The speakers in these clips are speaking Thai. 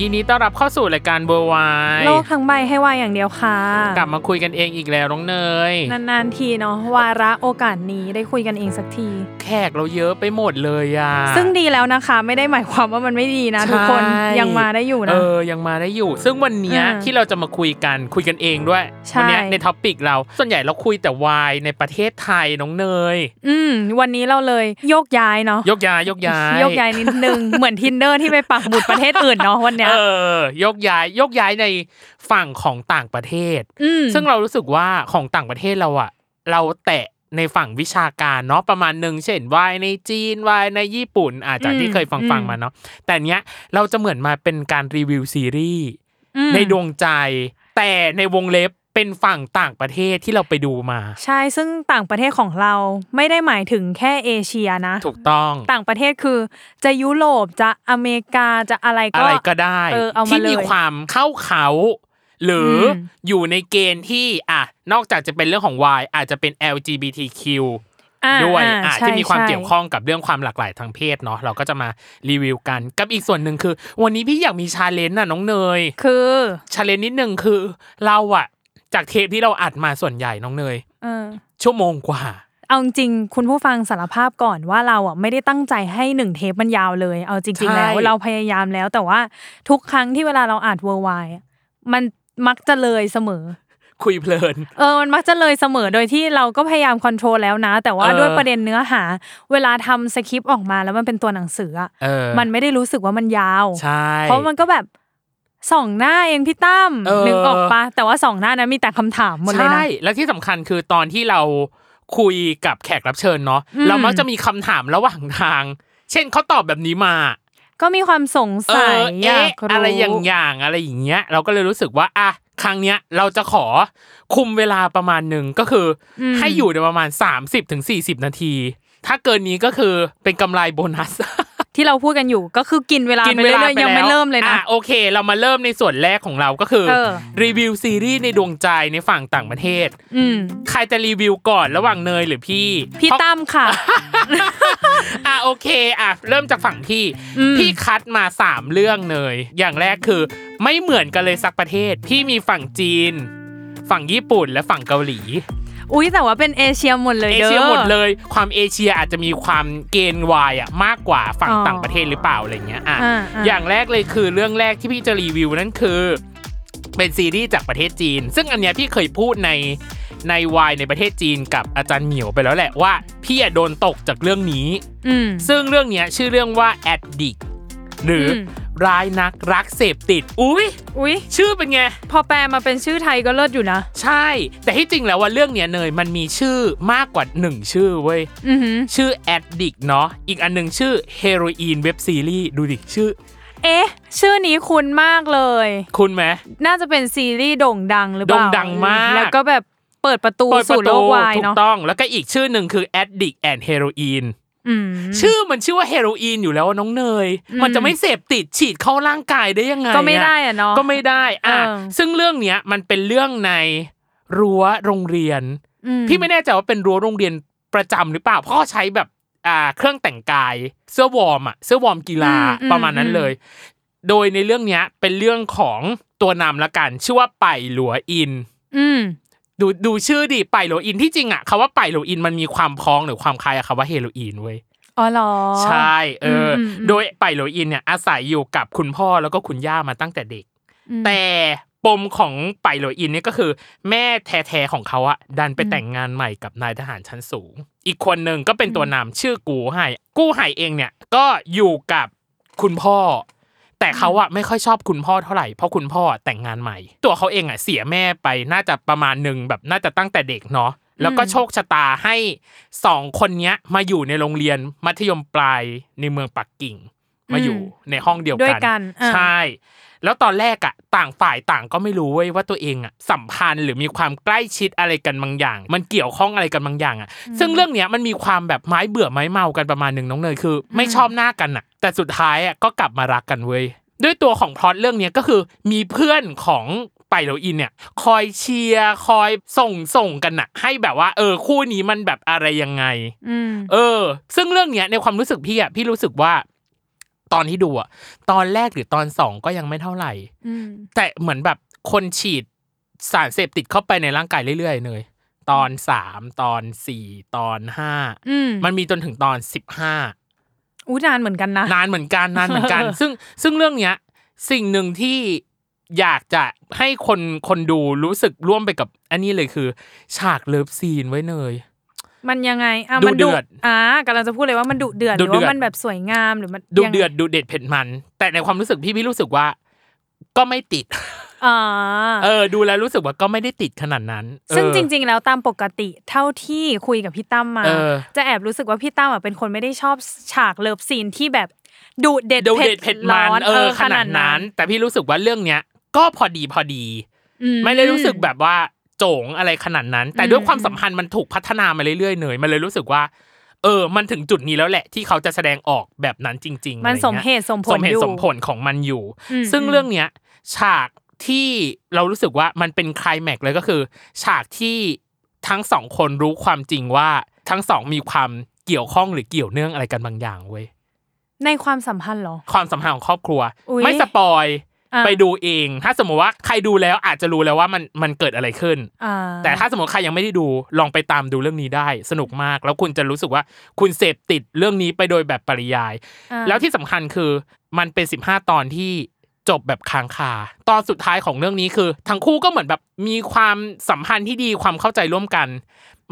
ยินดีต้อนรับเข้าสู่รายการเวอร์ไว โลกทั้งใบให้วายอย่างเดียวค่ะ กลับมาคุยกันเองอีกแล้วน้องเนย นานๆทีเนาะวาระโอกาสนี้ได้คุยกันเองสักที แขกเราเยอะไปหมดเลยอ่ะ ซึ่งดีแล้วนะคะ ไม่ได้หมายความว่ามันไม่ดีนะ ใช่ ทุกคนยังมาได้อยู่ เอ นะ อยังมาได้อยู่ ซึ่งวันเนี้ย อ่า ที่เราจะมาคุยกันคุยกันเองด้วย ใช่ วัเนี้ยในท็อปิกเราส่วนใหญ่เราคุยแต่วายในประเทศไทยน้องเนย อืม วันนี้เราเลยโยกย้ายเนาะ ยกย้ายยกย้าย โยกย้ายนิดนึ ง เหมือนทินเดอร์ที่ไปปักหมุดประเทศอื่นเนาะวันเนี้ย เออยกย้ายยกย้ายในฝั่งของต่างประเทศ อืม ซึ่งเรารู้สึกว่าของต่างประเทศเราอะเราแตะในฝั่งวิชาการเนาะประมาณหนึ่งเช่นวายในจีนวายในญี่ปุ่นอาจจากที่เคยฟังฟังๆมาเนาะแต่เนี้ยเราจะเหมือนมาเป็นการรีวิวซีรีส์ อืม ในดวงใจ แต่ในวงเล็บเป็นฝั่งต่างประเทศที่เราไปดูมา ใช่ซึ่งต่างประเทศของเราไม่ได้หมายถึงแค่เอเชียนะ ถูกต้อง ต่างประเทศคือจะยุโรปจะอเมริกาจะอะไรก็ อะไรก็ได้ เออเอามา ที่มี เลย ความเข้าเขา หรืออ ม อยู่ในเกณฑ์ที่อ่ะนอกจากจะเป็นเรื่องของวายอาจจะเป็น LGBTQ อ่า ด้วย อ่า อ่ะ ใช่ ที่มีความ ใช่ เกี่ยวข้องกับเรื่องความหลากหลายทางเพศเนาะเราก็จะมารีวิวกันกับอีกส่วนหนึ่งคือ วันนี้พี่อยากมีชาเลนจ์น่ะน้องเนย คือ ชาเลนจ์นิดนึงคือเราอะจากเทปที่เราอัดมาส่วนใหญ่น้องเนย เออ ชั่วโมงกว่า เอาจริงๆคุณผู้ฟังสารภาพก่อนว่าเราอ่ะไม่ได้ตั้งใจให้หนึ่งเทปมันยาวเลย เอาจริง ๆ แล้ว ใช่ เราพยายามแล้วแต่ว่าทุกครั้งที่เวลาเราอ่านเวอร์ไวมันมักจะเลยเสมอ คุยเพลิน เออมันมักจะเลยเสมอโดยที่เราก็พยายามคอนโทรลแล้วนะ แต่ว่า เออ ด้วยประเด็นเนื้อหา เวลาทำสคริปต์ออกมาแล้วมันเป็นตัวหนังสืออะ เออ มันไม่ได้รู้สึกว่ามันยาว ใช่ เพราะมันก็แบบสองหน้าเองพี่ตั้มนึกออกปะแต่ว่าสองหน้านั้นมีแต่คำถามหมดเลย ใช่ นะ แล้วที่สำคัญคือตอนที่เราคุยกับแขกรับเชิญเนาะ อืม เรามักจะมีคำถามระหว่างทาง เช่นเขาตอบแบบนี้มา ก็มีความสง เอ สัย อ อยา เอ๊ะ กรู้ อะไรอย่างอย่างอะไรอย่างเงี้ย เราก็เลยรู้สึกว่าอ่ะครั้งเนี้ยเราจะขอคุมเวลาประมาณหนึ่งก็คืออ ม ให้อยู่ในประมาณ 30-40ถึง40 นาที ถ้าเกินนี้ก็คือเป็นกำไรโบนัส ที่เราพูดกันอยู่ก็คือกินเวลา กินเวไปเรื่ ลา อย ไป ๆยังไม่ แล้ว เริ่มเลยนะ อ่โอเค เรามาเริ่มในส่วนแรกของเราก็คือ เออ รีวิวซีรีส์ในดวงใจในฝั่งต่างประเทศ อืม ใครจะรีวิวก่อนระหว่างเนยหรือพี่ พี่ เพราะ ตั้มค่ะ อ่ะโอเคอ่ะเริ่มจากฝั่งพี่ อืม พี่คัดมาสามเรื่องเลย อย่างแรกคือไม่เหมือนกันเลยสักประเทศ พี่มีฝั่งจีน ฝั่งญี่ปุ่นและฝั่งเกาหลี อุ้ยแต่ว่าเป็นเอเชียหมดเลย เอ เด้อ เชียหมดเลย ความเอเชียอาจจะมีความเกณฑ์วายอ่ะมากกว่าฝั่ง อ๋อ ต่างประเทศหรือเปล่าอะไรเงี้ยอ่ะ อ่าอ่า อย่างแรกเลยคือเรื่องแรกที่พี่จะรีวิวนั่นคือ เป็นซีรีส์จากประเทศจีน ซึ่งอันเนี้ยพี่เคยพูดในในวายในประเทศจีนกับอาจารย์เหมียวไปแล้วแหละว่าพี่อะโดนตกจากเรื่องนี้ อืม ซึ่งเรื่องเนี้ยชื่อเรื่องว่า Addict หรืออ ม ร้ายนักรักเสพติด อุ้ย อุ้ย ชื่อเป็นไง พอแปลมาเป็นชื่อไทยก็เลิศอยู่นะ ใช่ แต่ที่จริงแล้วว่าเรื่องเนี้ยเนยมันมีชื่อมากกว่า 1 ชื่อเว้ย อือหือ ชื่อ Addict เนาะอีกอันหนึงชื่อ Heroin Web Series ดูดิชื่อ เอ๊ะ ชื่อนี้คุ้นมากเลย คุณไหม น่าจะเป็นซีรีส์โด่งดังหรือเปล่า โด่งดังมาก แล้วก็แบบเปิดประตู เปิดประ สู่โล ตู กวาย ถูก เนาะ ต้องแล้วก็อีกชื่อหนึ่งคือ Addict and Heroin อืม ชื่อมันชื่อว่าเฮโรอีนอยู่แล้วอะน้องเนย มันจะไม่เสพติดฉีดเข้าร่างกายได้ยังไง ก็ไม่ได้อะเนาะ ก็ไม่ได้อ่ะ เออ ซึ่งเรื่องเนี้ยมันเป็นเรื่องในรั้วโรงเรียน อื พี่ไม่แน่ใจว่าเป็นรั้วโรงเรียนประจำหรือเปล่าเพราะเขาใช้แบบ อ่าเครื่องแต่งกาย เสื้อวอร์มอะเสื้อวอร์มกีฬา อืมอืม ประมาณนั้น อืม เลย โดยในเรื่องเนี้ยเป็นเรื่องของตัวนำละกันชื่อว่าไปหลัวอิน อืม ดูดูชื่อดิไปโรอินที่จริงอ่ะคำว่าไปโรอินมันมีความพ้องหรือความคล้ายกับคำว่าเฮโรอีนเว้ย อ๋อเหรอ ใช่เอออ มอืม โดยไปโรอินเนี่ยอาศัยอยู่กับคุณพ่อแล้วก็คุณย่ามาตั้งแต่เด็ก อืม แต่ปมของไปโรอินเนี่ยก็คือ แม่แท้ๆของเขาอ่ะดันไปแต่งงานใหม่กับนายทหารชั้นสูง อีกคนหนึ่งก็เป็นตัวนำชื่อกูไห่กูไห่เองเนี่ยก็อยู่กับคุณพ่อ แต่เขาอะไม่ค่อยชอบคุณพ่อเท่าไหร่เพราะคุณพ่อแต่งงานใหม่ ตัวเขาเองอะเสียแม่ไปน่าจะประมาณหนึ่งแบบน่าจะตั้งแต่เด็กเนาะแล้วก็โชคชะตาให้สองคนเนี้ยมาอยู่ในโรงเรียนมัธยมปลายในเมืองปักกิ่ง มาอยู่ อืม ในห้องเดียว ด้ว กั ยกันอ่า ใช่ แล้วตอนแรกอะต่างฝ่ายต่างก็ไม่รู้เว้ยว่าตัวเองอะสัมพันธ์หรือมีความใกล้ชิดอะไรกันบางอย่าง มันเกี่ยวข้องอะไรกันบางอย่างอะซึ่งเรื่องเนี้ยมันมีความแบบไม้เบื่อไม้เมากันประมาณหนึ่งน้องเนยคือ ไม่ชอบหน้ากันอะแต่สุดท้ายอะก็กลับมารักกันเว้ยด้วยตัวของพล็อตเรื่องเนี้ยก็คือมีเพื่อนของไปโรอินเนี่ย คอยเชียร์คอยส่งส่งกันน่ะ ให้แบบว่า เออคู่นี้มันแบบอะไรยังไง อืม เออ ซึ่งเรื่องเนี้ยในความรู้สึกพี่อ่ะพี่รู้สึกว่า ตอนที่ดูอ่ะตอนแรกหรือตอนสองก็ยังไม่เท่าไหร่ อืม แต่เหมือนแบบคนฉีดสารเสพติดเข้าไปในร่างกายเรื่อยๆเลยตอนสามตอนสี่ตอนห้า อืม มันมีจนถึงตอนสิบห้า อู้นานเหมือนกันนะ นานเหมือนกันนานเหมื อนกัน ซึ่งซึ่งเรื่องเนี้ยสิ่งหนึ่งที่อยากจะให้คนคนดูรู้สึกร่วมไปกับอันนี้เลยคือ ฉากเลิฟซีนไว้เนย มันยังไงอ่ะ ดุ มัน เดือด อ่ากำลังจะพูดเลยว่ามันดุเดือดห ดุ รือ เดือด ว่ามันแบบสวยงามหรือมัน ดู ยังไง เดือดดูเด็ดเผ็ดมัน แต่ในความรู้สึกพี่พี่รู้สึกว่า ก็ไม่ติด อ่า เออ ดูแล้วรู้สึกว่าก็ไม่ได้ติดขนาดนั้นเออ ซึ่งจริง ๆ แล้วตามปกติเท่าที่คุยกับพี่ตั้มมา เออ จะแอบรู้สึกว่าพี่ตั้มอ่ะเป็นคนไม่ได้ชอบฉากเลิฟซีนที่แบบดุเด็ด ดูเด็ดเผ็ดมัน ร้อ เออขนาดนั้น แต่พี่รู้สึกว่าเรื่องเนี้ย ก็พอดีพอดี อื ไม่ได้รู้สึกแบบว่าโจงอะไรขนาดนั้น แต่ อืม ด้วยความสัมพันธ์มันถูกพัฒนามาเรื่อยๆเนยมันเลยรู้สึกว่า เออ มันถึงจุดนี้แล้วแหละ ที่เขาจะแสดงออกแบบนั้นจริงๆ มัน อะไร ส งี้ย มเหตุสมผ ส ล มเห อ ตุ ยู่ สมผลของมันอยู่ อืม ซึ่ง อืม เรื่องเนี้ยฉากที่เรารู้สึกว่ามันเป็นไคลแม็กซ์เลยก็คือ ฉากที่ทั้งสองคนรู้ความจริงว่าทั้งสองมีความเกี่ยวข้องหรือเกี่ยวเนื่องอะไรกันบางอย่างเว้ย ในความสัมพันธ์เหรอ ความสัมพันธ์ของครอบครัว อุ๊ย ไม่สปอย อ่ะ ไปดูเอง ถ้าสมมติว่าใครดูแล้วอาจจะรู้แล้วว่ามันมันเกิดอะไรขึ้น อ่า แต่ถ้าสมมติใครยังไม่ได้ดูลองไปตามดูเรื่องนี้ได้ สนุกมาก แล้วคุณจะรู้สึกว่าคุณเสพติดเรื่องนี้ไปโดยแบบปริยาย อ่า แล้วที่สำคัญคือมันเป็น 15 ตอนที่จบแบบค้างคา ตอนสุดท้ายของเรื่องนี้คือ ทั้งคู่ก็เหมือนแบบมีความสัมพันธ์ที่ดีความเข้าใจร่วมกัน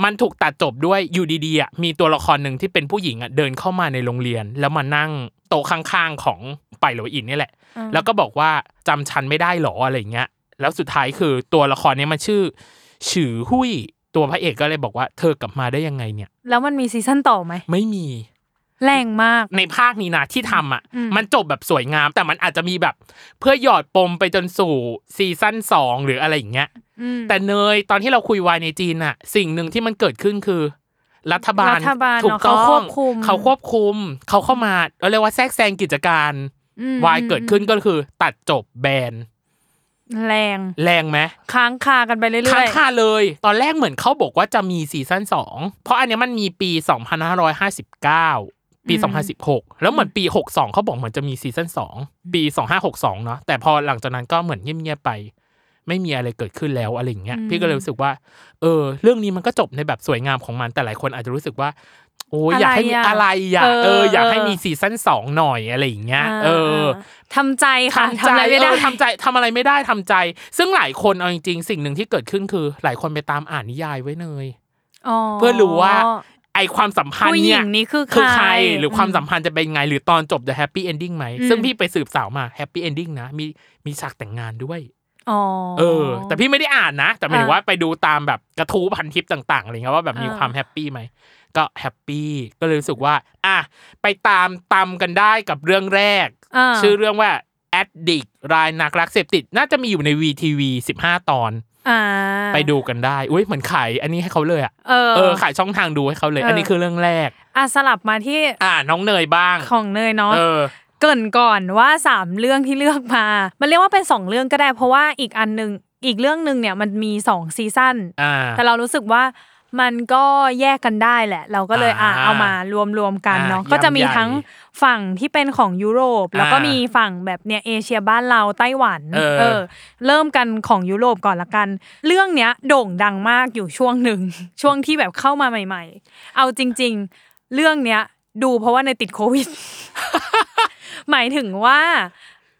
มันถูกตัดจบด้วยอยู่ดีๆอ่ะมีตัวละครหนึ่งที่เป็นผู้หญิงอ่ะเดินเข้ามาในโรงเรียน แล้วมานั่งโต๊ะข้างๆของไปโหลอินนี่แหละ อ่า แล้วก็บอกว่าจำฉันไม่ได้หรออะไรเงี้ย แล้วสุดท้ายคือตัวละครเนี้ยมันชื่อฉือหุยตัวพระเอกก็เลยบอกว่าเธอกลับมาได้ยังไงเนี่ย แล้วมันมีซีซั่นต่อไหม ไม่มี แรงมาก ในภาคนี้นะที่ทำอ่ะ อืม มันจบแบบสวยงาม แต่มันอาจจะมีแบบเพื่อหยอดปมไปจนสู่ซีซั่นสองหรืออะไรอย่างเงี้ย อืม แต่เนยตอนที่เราคุยวายในจีนอ่ะ สิ่งหนึ่งที่มันเกิดขึ้นคือ รัฐบาล รัฐบาลเนอะ ถูกต้อง เขาควบคุม เขาควบคุม เขาเข้ามาเราเรียกว่าแทรกแซงกิจการ อืม วายเกิดขึ้นก็คือ ตัดจบแบน แรง แรงไหม ค้างคากันไปเรื่อยๆ ค้างคาเลย ตอนแรกเหมือนเขาบอกว่าจะมีซีซั่นสองเพราะอันเนี้ยมันมีปี 2559 ปี อืม 2016 แล้วเหมือนปี 62 เขาบอกเหมือนจะมีซีซั่นสองปี 2562 เนาะแต่พอหลังจากนั้นก็เหมือนเงียบๆไป ไม่มีอะไรเกิดขึ้นแล้วอะไรอย่างเงี้ยพี่ก็เลยรู้สึกว่า เออ เรื่องนี้มันก็จบในแบบสวยงามของมันแต่หลายคนอาจจะรู้สึกว่า โอ้ยอยากให้มีอะไรอยากเอออยากให้มีซีซั่นสองหน่อยอะไรอย่างเงี้ยเออ ทำใจค่ะ ทำ ทำ ใจ อะไรไม่ได้ เออทำใจทำอะไรไม่ได้ทำใจ ซึ่งหลายคนเอาจริงๆ สิ่งหนึ่งที่เกิดขึ้นคือ หลายคนไปตามอ่านนิยายไว้เนย เพื่อรู้ว่า ไอความสัมพันธ์เนี่ย ผู้หญิงนี่คือ คือใค ใค ร ร หรือความสัมพันธ์จะเป็นไง หรือตอนจบจะแฮปปี้เอนดิ้งไหม อืม ซึ่งพี่ไปสืบสาวมาแฮปปี้เอนดิ้งนะมีมีฉากแต่งงานด้วย อ๋อ เออ แต่พี่ไม่ได้อ่านนะ แต่หมายถึง อ่า ว่าไปดูตามแบบกระทู้พันทิปต่างๆอะไรเงี้ยว่าแบบมี อ่า ความแฮปปี้ไหม ก็แฮปปี้ก็เลยรู้สึกว่า อ่ะไปตามตามกันได้กับเรื่องแรก า ชื่อเรื่องว่า Addict รายนักรักเสพติด น่าจะมีอยู่ใน VTV 15 ตอน อ่า ไปดูกันได้ อุ้ยเหมือนขายอันนี้ให้เขาเลยอ่ะ เออ เออ ขายช่องทางดูให้เขาเลย เอออั อันนี้คือเรื่องแรก อ่ะสลับมาที่ อ่าน้องเนยบ้าง ของเนยเนาะ เออ เกรินก่อนว่าสามเรื่องที่เลือกมา มันเรียกว่าเป็นสองเรื่องก็ได้ เพราะว่าอีกอันหนึ่งอีกเรื่องหนึ่งเนี่ยมันมีสองซีซั่น อ่า แต่เรารู้สึกว่า มันก็แยกกันได้แหละ เราก็เลยอ่ะ อ่า เอามารวมรวมกันเนาะ อ่า ก็จะมี ยำใหญ่ ทั้งฝั่งที่เป็นของยุโรป แล้วก็ อ่ามี มีฝั่งแบบเนี่ยเอเชียบ้านเราไต้หวัน เออ เริ่มกันของยุโรปก่อนละกัน เรื่องเนี้ยโด่งดังมากอยู่ช่วงห นึ่ง ช่วงที่แบบเข้ามาใหม่ ๆ เอาจริง ๆ เรื่องเนี้ยดูเพราะว่าในติดโควิด หมายถึงว่า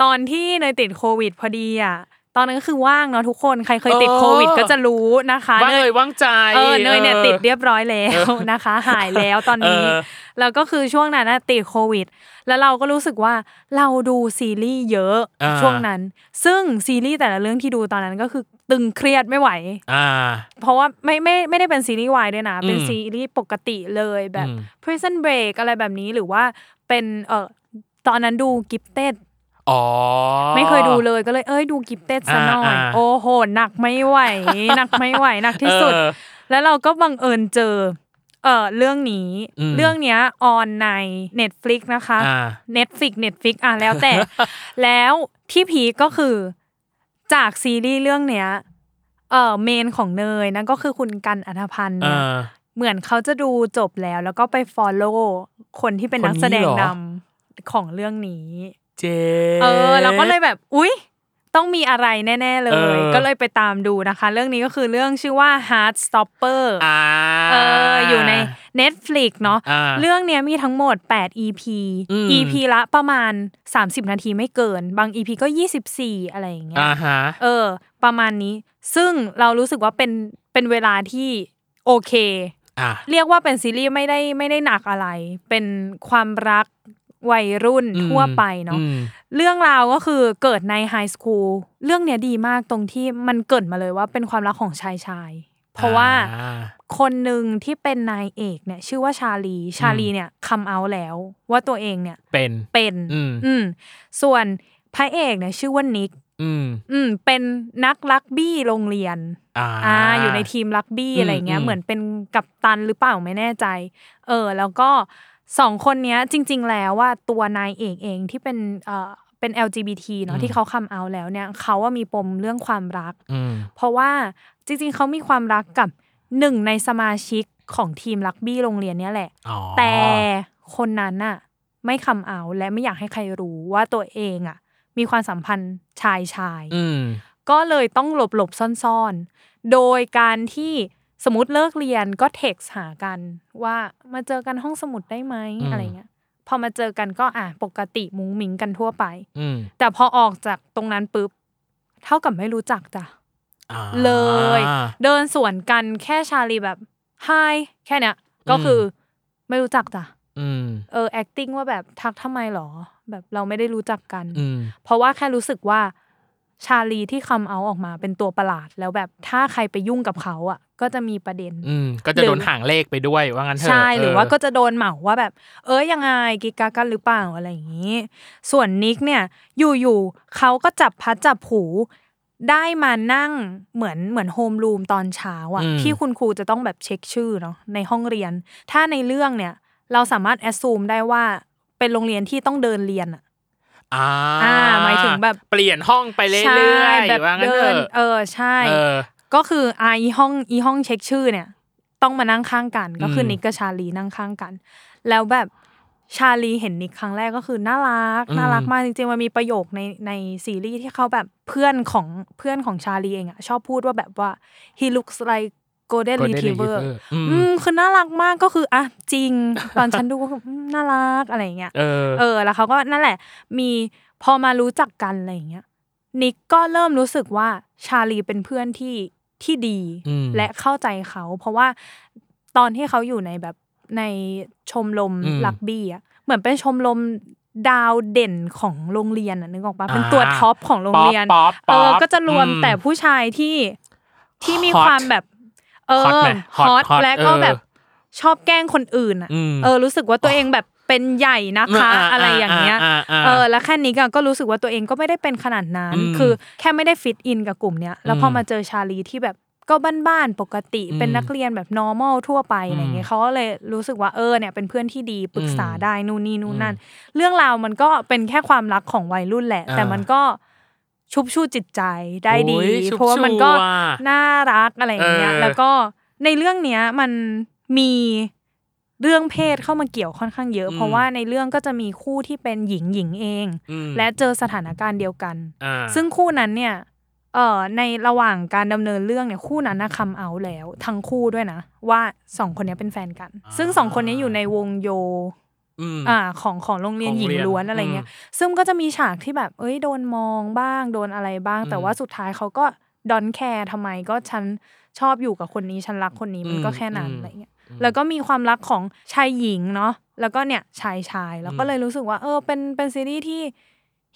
ตอนที่เนยติดโควิดพอดีอ่ะตอนนั้นก็คือว่างเนาะทุกคนใครเคยติด เออ โควิดก็จะรู้นะคะ ว่างเลยว่างใจ เออเนยเนี่ยติดเรียบร้อยแล้วนะคะ หายแล้วตอนนี้ เออ แล้วก็คือช่วงนั้นน่ะติดโควิด แล้วเราก็รู้สึกว่าเราดูซีรีส์เยอะ อ่า ช่วงนั้น ซึ่งซีรีส์แต่ละเรื่องที่ดูตอนนั้นก็คือตึงเครียดไม่ไหว อ่า เพราะว่าไม่ไม่ไม่ได้เป็นซีรีส์วายด้วยนะ เป็น อืม ซีรีส์ปกติเลยแบบ อืม Prison Break อะไรแบบนี้หรือว่าเป็นเออตอนนั้นดูกิฟเต็ด อ๋อ ไม่เคยดูเลยก็เลยเอ้ยดูกิฟเต็ดซะหน่อย อ่าอ่า โอ้โห หนักไม่ไหว หนักไม่ไหว หนักที่สุด เออ แล้วเราก็บังเอิญเจอ เออเรื่องนี้ อืม เรื่องเนี้ยออนใน Netflix นะคะ อ่า Netflix Netflix อ่ะแล้วแต่ แล้วที่พีคก็คือจากซีรีส์เรื่องเนี้ยเออเมนของเนยนั่นก็คือคุณกันอัธพันธ์ เอ เนี่ย อ เหมือนเขาจะดูจบแล้ว แล้วก็ไป follow คนที่เป็นนักแสดง คนนี้เหรอนำของเรื่องนี้ เจ๊ เออเราก็เลยแบบอุ๊ย ต้องมีอะไรแน่ ๆ เล เอย อ ก็เลยไปตามดูนะคะ เรื่องนี้ก็คือเรื่องชื่อว่า Heartstopper อ่า เอออยู่ใน Netflix เนาะ อ่า เรื่องเนี้ยมีทั้งหมด 8 EP อืม EP ละประมาณ 30 นาทีไม่เกิน บาง EP ก็ 24 อะไรอย่างเงี้ย อ่าฮะ เออ ประมาณนี้ ซึ่งเรารู้สึกว่าเป็นเป็นเวลาที่โอเค อ่า เรียกว่าเป็นซีรีส์ไม่ได้ไม่ได้หนักอะไร เป็นความรักวัยรุ่น อืม ทั่วไปเนาะ อืม เรื่องราวก็คือเกิดในไฮสคูลเรื่องเนี้ยดีมากตรงที่มันเกิดมาเลยว่าเป็นความรักของชายชาย เพราะว่า อ่า คนหนึ่งที่เป็นนายเอกเนี่ยชื่อว่าชาลี ชาลีเนี่ยคัมเอาแล้ว ว่าตัวเองเนี่ย เป็น เป็น อืม อืมส่วนพระเอกเนี่ยชื่อว่านิก อืม อืมเป็นนักรักบี้โรงเรียน อ่า อ่าอยู่ในทีมรักบี้ อืม อะไรเงี้ย อืม เหมือนเป็นกัปตันหรือเปล่าไม่แน่ใจ เออ แล้วก็สองคนเนี้ยจริง ๆ แล้วว่าตัวนายเอกเองที่เป็นเอ่อเป็น LGBT เนาะ อืม ที่เขาคัมเอาแล้วเนี่ยเขาว่ามีปมเรื่องความรัก อืม เพราะว่าจริง ๆเขามีความรักกับหนึ่งในสมาชิกของทีมรักบี้โรงเรียนเนี่ยแหละ อ๋อ แต่คนนั้นน่ะไม่คัมเอาและไม่อยากให้ใครรู้ว่าตัวเองอ่ะมีความสัมพันธ์ชายชาย อืม ก็เลยต้องหลบหลบๆซ่อนๆ โดยการที่สมมติเลิกเรียนก็เท็กซ์หากันว่ามาเจอกันห้องสมุดได้ไหม อืม อะไรเงี้ย พอมาเจอกันก็อ่ะปกติมุ้งมิงกันทั่วไป อืม แต่พอออกจากตรงนั้นปุ๊บ เท่ากับไม่รู้จักจ้ะ อ่า เลย เดินสวนกันแค่ชาลีแบบไฮแค่เนี้ยก็คืออไม่รู้จักจ้ะ อืม เออ acting ว่าแบบทักทำไมหรอ แบบเราไม่ได้รู้จักกัน อืม เพราะว่าแค่รู้สึกว่าชาลีที่คัมเอาออกมาเป็นตัวประหลาด แล้วแบบถ้าใครไปยุ่งกับเขาอ่ะ ก็จะมีประเด็น อืม ก็จะ หรือ โดนห่างเลขไปด้วยว่างั้นเถอะ ใช่หรือว่า เ ก็จะโดนเหมาว่าแบบ เอ้ยยังไงกิกกากันหรือเปล่าอะไรอย่างนี้ ส่วนนิกเนี่ยอยู่ๆเขาก็จับพัดจับผูได้มานั่งเหมือนเหมือนโฮมรูมตอนเช้าอ่ะ อืม ที่คุณครูจะต้องแบบเช็คชื่อเนาะในห้องเรียน ถ้าในเรื่องเนี่ย เราสามารถแอ u m มได้ว่าเป็นโรงเรียนที่ต้องเดินเรียนอ่ะ อ่า อ่าหมายถึงแบบ เปลี่ยนห้องไปเรื่ ใช่ อย แบบ ๆว่างั้น เดิ เถ น อะ เออใช่ เออ ก็คืออาอีห้องอีห้องเช็คชื่อเนี่ย ต้องมานั่งข้างกัน ก็คืออ ม นิกกับชาลีนั่งข้างกัน แล้วแบบชาลีเห็นนิกครั้งแรกก็คือน่ารัก อืม น่ารักมากจริงๆมันมีประโยคในในซีรีส์ที่เขาแบบเพื่อนของเพื่อนของชาลีเองอะชอบพูดว่าแบบว่า he looks like golden Golden retriever Retriever อืม อืมคือน่ารักมากก็คืออ่ะจริง ตอนฉันดูก็คืออืมน่ารักอะไรอย่างเงี้ย เออ เออแล้วเขาก็นั่นแหละ มีพอมารู้จักกันอะไรอย่างเงี้ยนิกก็เริ่มรู้สึกว่าชาลีเป็นเพื่อนที่ที่ดี อืม และเข้าใจเขา เพราะว่าตอนที่เขาอยู่ในแบบในชมรม อืม ลักบี้อะเหมือนเป็นชมรมดาวเด่นของโรงเรียนอะนึกออกปะเป็น อ่า ตัวท็อปของโรงเรียน ป๊อปป๊ เอ อป อก็จะรวม อืม แต่ผู้ชายที่ที่มี Hot ความแบบเอ ฮอต อ ไหมฮอตฮอต และก็ เออ แบบชอบแกล้งคนอื่นอะ อืม เออรู้สึกว่าตัวเองแบบเป็นใหญ่นะคะ อ่า อะไรอย่างเงี้ย อ่าอ่าอ่า เออแล้วแค่นี้ก็รู้สึกว่าตัวเองก็ไม่ได้เป็นขนาดนั้น อืม คือแค่ไม่ได้ฟิตอินกับกลุ่มเนี้ยแล้วพออ ม มาเจอชาลีที่แบบก็บ้านๆปกติ อืม เป็นนักเรียนแบบ normal ทั่วไป อืม อะไรเงี้ยเขาก็เลยรู้สึกว่าเออเนี่ยเป็นเพื่อนที่ดีปรึกษา อืม ได้นู่นนี่นู่นนั่นเรื่องราวมันก็เป็นแค่ความรักของวัยรุ่นแหละ อ่า แต่มันก็ชุบชูจิตใจได้ดี โอ้ยชุบ เพราะว่ามันก็ ชูอะ น่ารักอะไรอย่างเงี้ย เออ แล้วก็ ในเรื่องเนี้ยมันมีเรื่องเพศเข้ามาเกี่ยวค่อนข้างเยอะ อืม เพราะว่าในเรื่องก็จะมีคู่ที่เป็นหญิงหญิงเอง อืม และเจอสถานการณ์เดียวกัน อ่า ซึ่งคู่นั้นเนี่ยเอ่อในระหว่างการดำเนินเรื่องเนี่ยคู่นั้นนะคำเอาแล้ว ทั้งคู่ด้วยนะ ว่าสองคนเนี้ยเป็นแฟนกัน ซึ่งสองคนเนี้ยอยู่ในวงโย อืม อ่าของของโรงเรียน ของ หญิง เรียน ล้วนอะไรเงี้ย ซึ่งก็จะมีฉากที่แบบ เอ้ยโดนมองบ้างโดนอะไรบ้าง แต่ อืม ว่าสุดท้ายเขาก็ดอนแคร์ทำไมก็ฉันชอบอยู่กับคนนี้ฉันรักคนนี้มันก็ อืม แค่นั้น อืม อะไรเงี้ย อืม แล้วก็มีความรักของชายหญิงเนาะแล้วก็เนี่ยชายชายแล้วก็ อืม เลยรู้สึกว่า เออเป็นเป็นซีรีส์ที่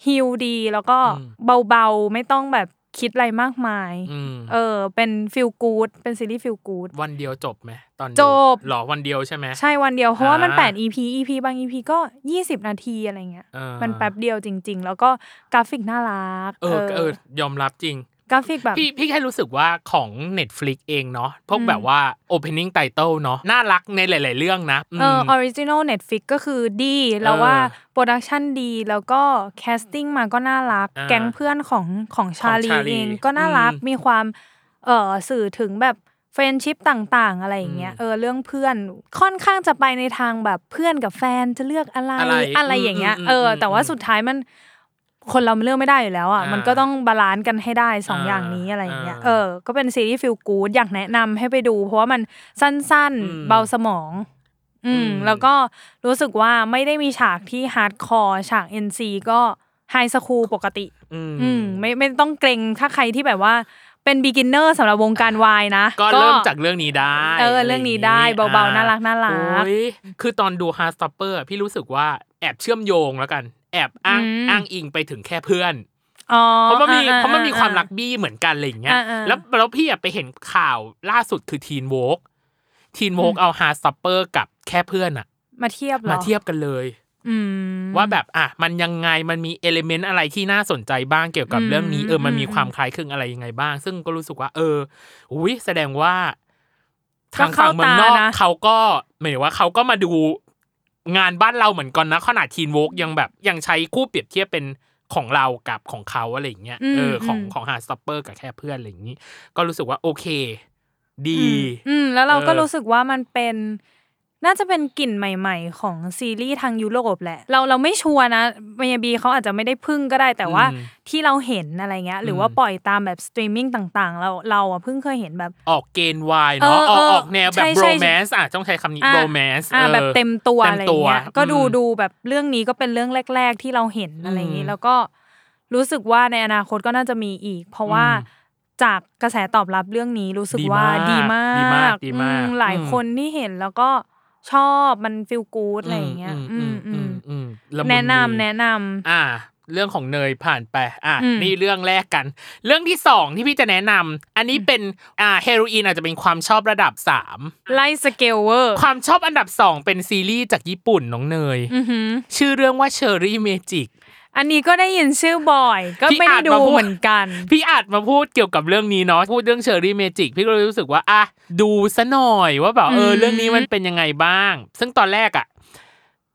ฮิลดี แล้วก็ อืม เบาๆไม่ต้องแบบคิดอะไรมากมาย อืม เออเป็นฟิลกูดเป็นซีรีส์ฟิลกูด วันเดียวจบไหมตอนดู จบ หรอวันเดียวใช่ไหม ใช่วันเดียวเพราะว่ามัน อ่า แปด EP EP บาง EP ก็ยี่สิบนาทีอะไรเงี้ย เออ มันแป๊บเดียวจริง ๆ แล้วก็กราฟิกน่ารัก เออเออยอมรับจริง กราฟิกแบบ พี่พี่แค่รู้สึกว่าของ Netflix เองเนาะพวก อืม แบบว่า Opening Title เนาะน่ารักในหลาย ๆ เรื่องนะม เออออริจินอลเน็ตฟิกก็คือดีแล้วว่าโปรดักชันดีแล้วก็แคสติ้งมาก็น่ารัก อ่า แก๊งเพื่อนของของชาลี ของชาลี เองก็น่ารัก อืม มีความเออสื่อถึงแบบเฟรนชิพต่างๆ อะไรอย่างเงี้ย อืม เออเรื่องเพื่อนค่อนข้างจะไปในทางแบบเพื่อนกับแฟนจะเลือกอะไร อะไร อะไรอย่างเงี้ย อืม เอออ ม แต่ว่าสุดท้ายมันคนเรามันเลือกไม่ได้อยู่แล้วอ่ะ อ่ามั มันก็ต้องบาลานซ์กันให้ได้สอง อ่า อย่างนี้อะไรอย่างเงี้ย อ่า เออก็เป็นซีรีส์ฟิลกูดอยากแนะนำให้ไปดู เพราะว่ามันสั้น อืม ๆเบาสมอง อื อื ม ม แล้วก็รู้สึกว่าไม่ได้มีฉากที่ฮาร์ดคอร์ฉาก NC ก็ไฮสคูลปกติ อืม อืมไม่ไม่ต้องเกรงถ้าใครที่แบบว่าเป็นบิ g ก n เนอร์สำหรับวงการวายนะ ก็เริ่มจากเรื่องนี้ได้ เออเรื่องนี้ได้ อะอย่ง เบาๆ งี้ น่ารักน่ารัก โอ้ยคือตอนดู Hard Stopper อะพี่รู้สึกว่าแอบเชื่อมโยงแล้วกัน แอบอ้าง อืม อ้างอิงไปถึงแค่เพื่อน อ๋อ เพราะมันมี อ่อ่ เพราะมันมี อ่ ความรักบี้เหมือนกันอะไรอย่างเงี้ย อ่าอ่า แล้วแล้วพี่อะไปเห็นข่าวล่าสุดคือทีนโวกทีนโวก อืม เอา Hard Stopper กับแค่เพื่อนอะ มาเทียบหรอ มาเทียบกันเลย อืม ว่าแบบอ่ะมันยังไงมันมีเอลิเมนต์อะไรที่น่าสนใจบ้างเกี่ยวกับ อืม เรื่องนี้เออมันมี อืม ความคล้ายคลึงอะไรยังไงบ้าง ซึ่งก็รู้สึกว่า เอออุ้ยแสดงว่า ก็ ทางฝั่งเมืองนอก เข้าตานะ เขาก็หมายถึงว่าเขาก็มาดูงานบ้านเราเหมือนกันนะขนาดทีนโวกยังแบบยังใช้คู่เปรียบเทียบเป็นของเรากับของเขาอะไรอย่างเงี้ย อืม เออของ อืม ของฮาร์สเปอร์กับแค่เพื่อนอะไรอย่างนี้ ก็รู้สึกว่าโอเค ดี อืมอืมแล้วเราก็ เออ รู้สึกว่ามันเป็น น่าจะเป็นกลิ่นใหม่ ๆ ของซีรีส์ทางยุโรปแหละ เราเราไม่ชัวร์นะมายาบีเขาอาจจะไม่ได้พึ่งก็ได้แต่ว่า อืม ที่เราเห็นอะไรเงี้ยหรือ ม ว่าปล่อยตามแบบสตรีมมิ่งต่างๆ เราเราอะเพิ่งเคยเห็นแบบ ออกเกณฑ์วายเนาะอเออ อก เออ ออกแนวแบบ ใช่ โร ใช่ แมนส์อ่ะต้องใช้คำนี้ อ่ะ โรแมนส์ อ่ะแบบเต็มตัวอะไรเงี้ยก็ดู อืม ดูแบบเรื่องนี้ก็เป็นเรื่องแรก ๆ ที่เราเห็นอะไรอย่าง อื นี้ ม แล้วก็รู้สึกว่าในอนาคตก็น่าจะมีอีก เพราะว่า อืม จากกระแสตอบรับเรื่องนี้รู้สึก ดี ว่าม าก ดีมาก ดีมากดีมาก อืหลาย อืม คนที่เห็นแล้วก็ชอบมันฟิลกูดอะไรอย่างเงี้ยอืมอืม อืมละมุ แนะนำ ดี แนะนำ อ่า เรื่องของเนยผ่านไป อ่ะ อืม นี่เรื่องแรกกัน เรื่องที่สองที่พี่จะแนะนำอันนี้เป็นอ่าเฮโรอีนอาจจะเป็นความชอบระดับสาม ไลท์สเกลเวอร์ ความชอบอันดับสองเป็นซีรีส์จากญี่ปุ่นน้องเนย อือหือ ชื่อเรื่องว่าเชอรี่เมจิก อันนี้ก็ได้ยินชื่อบ่อย ก็ พี่ ไม่ได้ อ่าน ดู มาพูด เหมือนกัน พี่อาจมาพูดเกี่ยวกับเรื่องนี้เนาะพูดเรื่องเชอรี่เมจิกพี่ก็เลยรู้สึกว่าอ่ะดูซะหน่อยว่าแบบเออ อืม เรื่องนี้มันเป็นยังไงบ้าง ซึ่งตอนแรกอ่ะ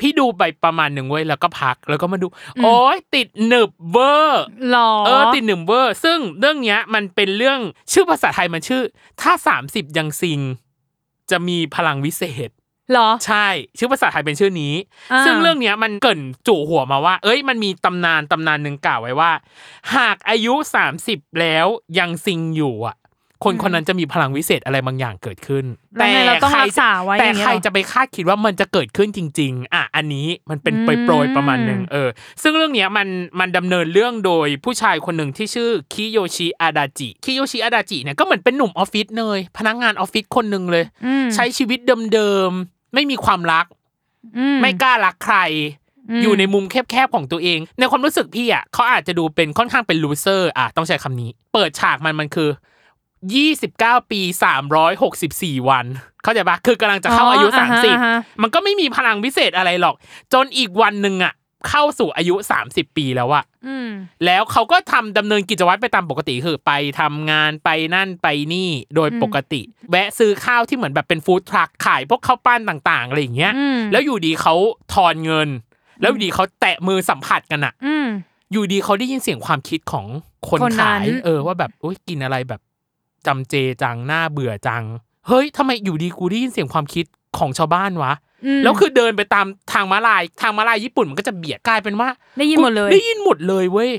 พี่ดูไปประมาณหนึ่งเว้ยแล้วก็พักแล้วก็มาดู โอ้ยติดหนึบเวอร์ หรอ เออติดหนึ่งเวอร์ ซึ่งเรื่องเนี้ยมันเป็นเรื่องชื่อภาษาไทยมันชื่อ ถ้า 30 ยังซิง จะมีพลังวิเศษ หรอ ใช่ ชื่อภาษาไทยเป็นชื่อนี้ อ่า ซึ่งเรื่องเนี้ยมันเกรินจู่หัวมาว่า เอ้ยมันมีตำนานตำนานหนึ่งกล่าวไว้ว่า หากอายุ 30 แล้วยังซิงอยู่อ่ะ คนคนนั้นจะมีพลังวิเศษอะไรบางอย่างเกิดขึ้น แล้วไงเราต้องรักษาไว้ แต่ อย่างเงี้ย ใคร เหรอ จะไปคาดคิดว่ามันจะเกิดขึ้นจริง ๆ อ่ะ อันนี้มันเป็นโปรยๆประมาณหนึ่งเออ ซึ่งเรื่องเนี้ยมันมันดำเนินเรื่องโดยผู้ชายคนหนึ่งที่ชื่อคิโยชิอาดาจิ คิโยชิอาดาจิเนี่ยก็เหมือนเป็นหนุ่มออฟฟิศเลย พนักงานออฟฟิศคนหนึ่งเลย อืม ใช้ชีวิตเดิมๆ ไม่มีความรัก อืม ไม่กล้ารักใคร อืม อยู่ในมุมแคบๆของตัวเอง ในความรู้สึกพี่อ่ะเขาอาจจะดูเป็นค่อนข้างเป็นลูเซอร์อ่ะต้องใช้คำนี้ เปิดฉากมันมันคือ 29 ปี 364 วัน เข้าใจปะคือกำลังจะเข้าอายุ อ๋ออ่าฮะอ่าฮะ 30 มันก็ไม่มีพลังวิเศษอะไรหรอก จนอีกวันหนึ่งอ่ะ เข้าสู่อายุ 30 ปีแล้วอ่ะ อืม แล้วเขาก็ทำดำเนินกิจวัตรไปตามปกติคือไปทำงานไปนั่นไปนี่โดยปกติ แวะซื้อข้าวที่เหมือนแบบเป็นฟู้ดทรัคขายพวกข้าวปั้นต่างๆอะไรอย่างเงี้ย อืม แล้วอยู่ดีเขาทอนเงิน แล้วอยู่ดีเขาแตะมือสัมผัสกันอะ อืม อยู่ดีเขาได้ยินเสียงความคิดของคน คนนั้น ขาย เออว่าแบบโอ๊ยกินอะไรแบบจำเจจังหน้าเบื่อจัง เฮ้ยทำไมอยู่ดีกูได้ยินเสียงความคิดของชาวบ้านวะ ม แล้วคือเดินไปตามทางม้าลาย ทางม้าลายญี่ปุ่นมันก็จะเบียดกลายเป็นว่า ได้ยิ กิ นหมดเลย ได้ยินหมดเลยเว้ย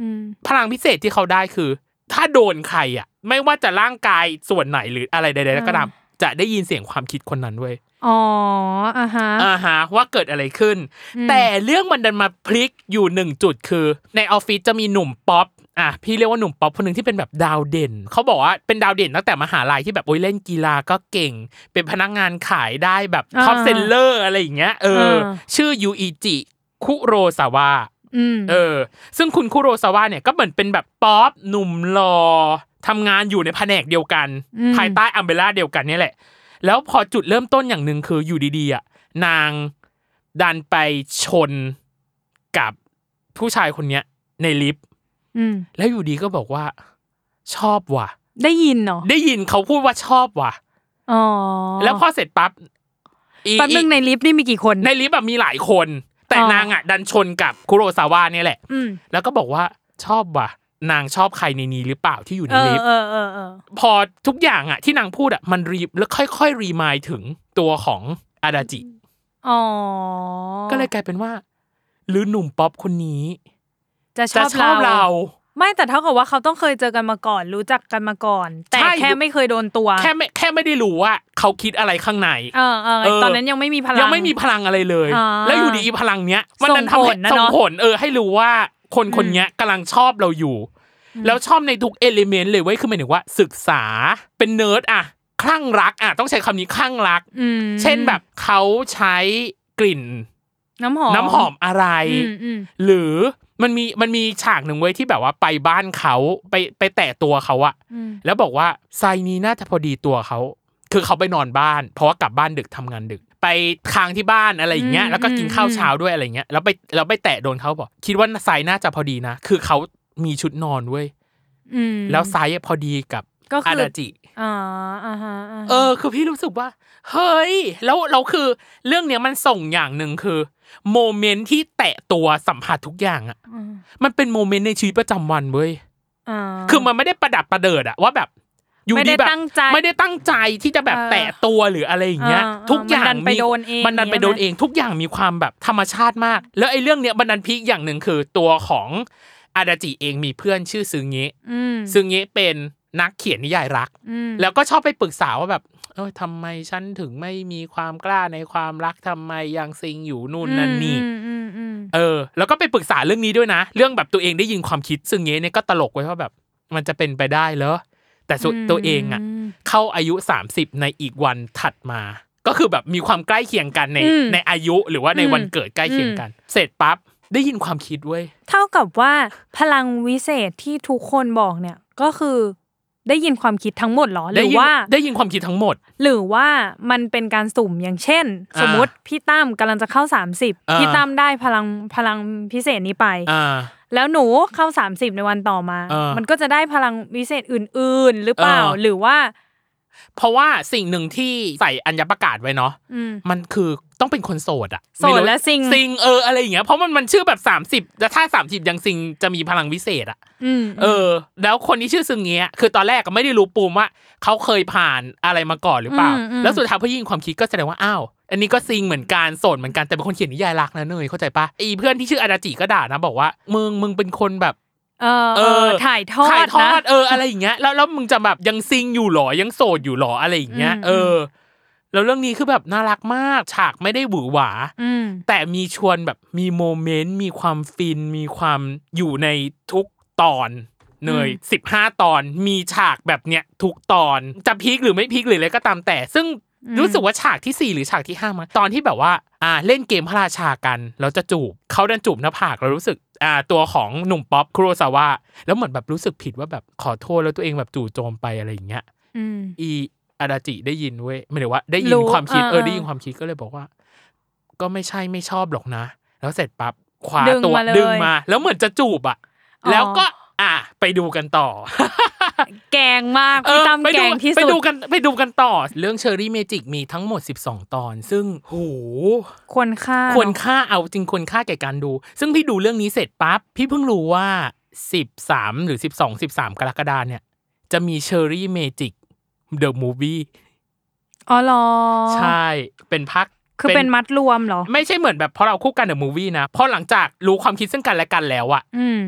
อืม พลังพิเศษที่เขาได้คือ ถ้าโดนใครอ่ะ ไม่ว่าจะร่างกายส่วนไหนหรืออะไรใดๆก็ตามจะได้ยินเสียงความคิดคนนั้นเว้ย อ๋ออ่าฮะ อ่าฮะว่าเกิดอะไรขึ้น อืม แต่เรื่องมันดันมาพลิกอยู่หนึ่งจุดคือ ในออฟฟิศจะมีหนุ่มป๊อปอ่ะพี่เรียกว่าหนุ่มป๊อปคนหนึ่งที่เป็นแบบดาวเด่น เขาบอกว่าเป็นดาวเด่นตั้งแต่มหาลัยที่แบบโอ้ยเล่นกีฬาก็เก่ง เป็นพนักงานขายได้แบบท็อปเซลเลอร์อะไรอย่างเงี้ยเอออา ชื่อยูอิจิคุโรซาวะ อืม เออ ซึ่งคุณคุโรซาวะเนี่ยก็เหมือนเป็นแบบป๊อปหนุ่มหล่อทำงานอยู่ในแผนกเดียวกัน อืม ภายใต้อัมเบร่าเดียวกันเนี่ยแหละ แล้วพอจุดเริ่มต้นอย่างหนึ่งคืออยู่ดีๆอ่ะนางดันไปชนกับผู้ชายคนเนี้ยในลิฟต์ อืม แล้วอยู่ดีก็บอกว่า ชอบว่ะ ได้ยินเนาะ ได้ยินเขาพูดว่าชอบว่ะ อ๋อ แล้วพอเสร็จปั๊บอี แป๊บนึงในลิฟต์นี่มีกี่คน ในลิฟต์อะมีหลายคน แต่ อ๋อ นางอ่ะดันชนกับคุโรซาวะเนี่ยแหละ อืม แล้วก็บอกว่าชอบว่ะ นางชอบใครในนี้หรือเปล่าที่อยู่ใน เออ ลิฟต์ เออเออเออ พอทุกอย่างอ่ะที่นางพูดอ่ะมันรีแล้วค่อยๆรีมายถึงตัวของอาดาจิ อ๋อ ก็เลยกลายเป็นว่า หรือหนุ่มป๊อปคนนี้ จะช จะ อบ ชอบเรา เรา ไม่แต่เท่ากับว่าเขาต้องเคยเจอกันมาก่อน รู้จักกันมาก่อน แต่ ใช่ แค่ไม่เคยโดนตัว แค่ไม่แค่ไม่ได้รู้ว่าเขาคิดอะไรข้างใน เออเออ เออ ตอนนั้นยังไม่มีพลัง ยังไม่มีพลังอะไรเลย อ่า แล้วอยู่ดีอีพลังเนี้ย มัน ส่ง ดันทำให้ ผลนะ ส่ง เนอะ ผลเออให้รู้ว่าคนคนเนี้ยกำลังชอบเราอยู่ แล้วชอบในทุกเอลิเมนต์เลยเว้ยคือหมายถึงว่า ศึกษาเป็นเนิร์ดอะคลั่งรักอะต้องใช้คำนี้คลั่งรัก อืม เช่นแบบเขาใช้กลิ่น น้ำหอม น้ำหอมอะไร อืมอืม หรือมันมีมันมีฉากหนึ่งเว้ยที่แบบว่าไปบ้านเขาไปไปแตะตัวเขาอะ อืม แล้วบอกว่าไซนี้น่าจะพอดีตัวเขา คือเขาไปนอนบ้าน เพราะว่ากลับบ้านดึกทำงานดึก ไปค้างที่บ้านอะไรอย่างเงี้ยแล้วก็กินข้าวเช้าด้วยอะไรเงี้ยแล้วไปแล้วไปแตะโดนเขาบอกคิดว่าไซน่าจะพอดีนะ คือเขามีชุดนอนเว้ย อืม แล้วไซอะพอดีกับ ก็คืออ อาดาจิ อ๋ออ่าฮะาฮะ เออคือพี่รู้สึกว่า เฮ้ย แล้วเราคือเรื่องเนี้ยมันส่งอย่างหนึ่งคือ โมเมนต์ที่แตะตัวสัมผัสทุกอย่างอะมันเป็นโมเมนต์ในชีวิตประจำวันเว้ย า คือมันไม่ได้ประดับประเดิดอะว่าแบบอยู่ ไม่ได้ ดีแบบ ตั้งใจ ไม่ได้ตั้งใจที่จะแบบ เออ แตะตัวหรืออะไรอย่างเงี้ย เออเออ ทุกอย่าง มันดันไป มี โดนเอง มันดันไป อย่างเงี้ย โดนเองทุกอย่างมีความแบบธรรมชาติมาก แล้วไอ้เรื่องเนี้ยมันดันพีคอย่างหนึ่งคือตัวของอาดาจิเองมีเพื่อนชื่อซึงเงะ อืม ซึงเงะเป็นนักเขียนนิยายรัก อืม แล้วก็ชอบไปปรึกษาว่าแบบ เอยทำไมฉันถึงไม่มีความกล้าในความรักทำไมยังซิงอยู่นู่นนั่นนี่ อืมอืมอืม เออ แล้วก็ไปปรึกษาเรื่องนี้ด้วยนะ เรื่องแบบตัวเองได้ยินความคิดซึ่งเงี้ยเนี่ยก็ตลกไว้ว่าแบบ มันจะเป็นไปได้เหรอ แต่สุดตัวเองอะ ม เข้าอายุ 30 ในอีกวันถัดมา ก็คือแบบมีความใกล้เคียงกันใน อืม ในอายุหรือว่าใน อืม วันเกิดใกล้เคียงกัน เสร็จปั๊บได้ยินความคิดเว้ย เท่ากับว่าพลังวิเศษที่ทุกคนบอกเนี่ยก็คือได้ยินความคิดทั้งหมดเหรอห ได้ รือ ยิน ว่า ได้ยินความคิดทั้งหมด หรือว่ามันเป็นการสุ่มอย่างเช่น อ่า สมมติพี่ตั้มกำลังจะเข้า 30 อ่า พี่ตั้มได้พลังพลังพิเศษนี้ไป อ่า แล้วหนูเข้า 30 ในวันต่อมา อ่ามั มันก็จะได้พลังวิเศษอื่น ๆ หรือเปล่า อ่า หรือว่า เพราะว่าสิ่งหนึ่งที่ใส่อัญญประกาศไว้เนาะ อืม มันคือต้องเป็นคนโสดอะ โสด ไม่รู้ และซิง ซิงเอออะไรอย่างเงี้ยเพราะมันมันชื่อแบบ 30 แต่ถ้า 30 ยังซิงจะมีพลังวิเศษอะ อืม เออ แล้วคนที่ชื่อซึงเงี้ยคือตอนแรกก็ไม่ได้รู้ปูมว่า เขาเคยผ่านอะไรมาก่อนหรือเปล่า แล้วสุดท้ายพอยิ่งความคิดก็แสดงว่าอ้าวอันนี้ก็ซิงเหมือนกันโสดเหมือนกันแต่เป็นคนเขียนนิยายรักนะเนยเข้าใจปะไอีเพื่อนที่ชื่ออาดาจิก็ด่านะบอกว่ามึงมึงเป็นคนแบบ เออ เอ เอ อ อถ่ายทอ ถ่าย ด ทอ นะ ดเอออะไรอย่างเงี้ยแล้วแล้วมึงจะแบบยังซิงอยู่หรอยังโสดอยู่หรออะไรอย่างเงี้ย อืม เออแล้วเรื่องนี้คือแบบน่ารักมากฉากไม่ได้หวือหวา อืม แต่มีชวนแบบมีโมเมนต์ มีความฟิน มีความอยู่ในทุกตอนเนยสิบห้าตอน มีฉากแบบเนี้ยทุกตอนจะพีคหรือไม่พีคหรืออะไรก็ตามแต่ ซึ่ง อืม รู้สึกว่าฉากที่สี่หรือฉากที่ห้ามั้งตอนที่แบบว่าอ่าเล่นเกมพระราชากันแล้วจะจูบเขาดันจูบหน้าผากเรารู้สึกอ่าตัวของหนุ่มป๊อปคุโรซาวะแล้วเหมือนแบบรู้สึกผิดว่าแบบขอโทษแล้วตัวเองแบบจู่โจมไปอะไรอย่างเงี้ย อืม อีอาดาจิได้ยินเว้ยไม่ได้ว่าได้ยิ รู้ นความคิด อ่า เออ อ่า ได้ยินความคิดก็เลยบอกว่า ก็ไม่ใช่ไม่ชอบหรอกนะ แล้วเสร็จปั๊บคว้า ดึง ตัว มาเลย ดึงมา แล้วเหมือนจะจูบอ่ะ อ๋อ แล้วก็อ่ะไปดูกันต่อ แกงมาก เอ พี่ อ ตั้ม ไป แก ดู งที่ ไป สุด ดูกันไปดูกันต่อ เรื่องเชอรี่เมจิกมีทั้งหมด 12 ตอน ซึ่งโห ควรค่า ควร เนอะ ค่าเอาจริงควรค่าแก่การดู ซึ่งพี่ดูเรื่องนี้เสร็จปั๊บพี่เพิ่งรู้ว่า 13 หรือ 12 13 กรกฎาเนี่ย จะมีเชอรี่เมจิกเดอะมูฟวี่ อ๋อเหรอ ใช่เป็นพัก คือเป็นมัดรวมเหรอ ไม่ใช่เหมือนแบบเพราะเราคู่กันเดอะมูวี่นะเพราะหลังจากรู้ความคิดซึ่งกันและกันแล้วอะ อืม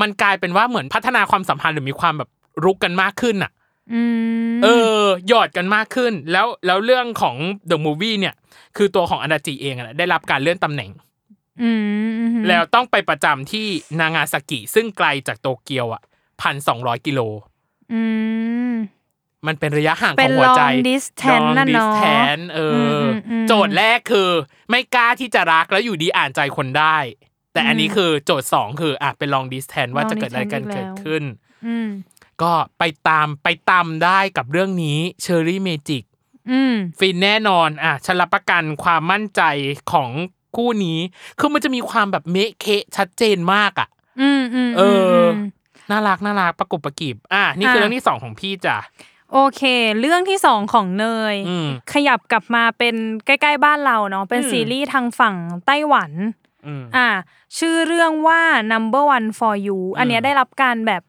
มันกลายเป็นว่าเหมือนพัฒนาความสัมพันธ์หรือมีความแบบรุกกันมากขึ้นอะ อืม เออหยอดกันมากขึ้น แล้วแล้วเรื่องของเดอะมูวี่เนี่ย คือตัวของอนาจิเองอะได้รับการเลื่อนตำแหน่ง มอืม แล้วต้องไปประจำที่นางาซากิ ซึ่งไกลจากโตเกียวอะพันสองร้อยกิโล อืม มันเป็นระยะห่างข เป็ อน งหัวใจ long distance น่ะเนอะ long distance เอออ มอืม โจทย์แรกคือ ไม่กล้าที่จะรักแล้วอยู่ดีอ่านใจคนได้ แต่อันนี้ อืม คือโจทย์สองคืออ่ะเป็น long distance ว่า long จะเกิดอะไรกันเกิดขึ้น อืม ก็ไปตามไปตามได้กับเรื่องนี้เชอรี่เมจิก อืม ฟินแน่นอนอ่ะฉันรับประกันความมั่นใจของคู่นี้ คือมันจะมีความแบบเมะเคะชัดเจนมากอ่ะ อืมอืม เอออ ม น่ารักน่ารักประกบประกิบอ่ะนี่คือ ค่ะ เรื่องที่สองของพี่จ้ะ โอเค เรื่องที่สองของเนย อืม ขยับกลับมาเป็นใกล้ ๆ บ้านเราเนาะเป็น อืม ซีรีส์ทางฝั่งไต้หวัน อืม อ่า ชื่อเรื่องว่า number one for you อันเนี้ยได้รับการแบบ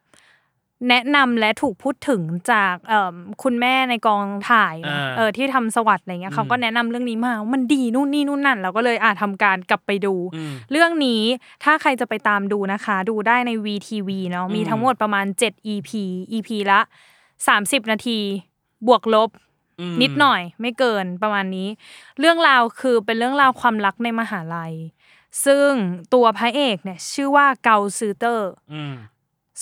แนะนำและถูกพูดถึงจากเอิ่มคุณแม่ในกองถ่ายเนอะ อ่า เออที่ทำสวัสด์อะไรเงี้ อื ย ม เขาก็แนะนำเรื่องนี้มาว่ามันดีนู่นนี่นู่นนั่นเราก็เลยอ่าทำการกลับไปดู อืม เรื่องนี้ถ้าใครจะไปตามดูนะคะ ดูได้ใน VTV เนาะมี อืม ทั้งหมดประมาณ 7 EP EP ละ 30 นาที บวกลบ อืม นิดหน่อยไม่เกินประมาณนี้ เรื่องราวคือเป็นเรื่องราวความรักในมหาลัย ซึ่งตัวพระเอกเนี่ยชื่อว่าเกาซือเตอร์ อืม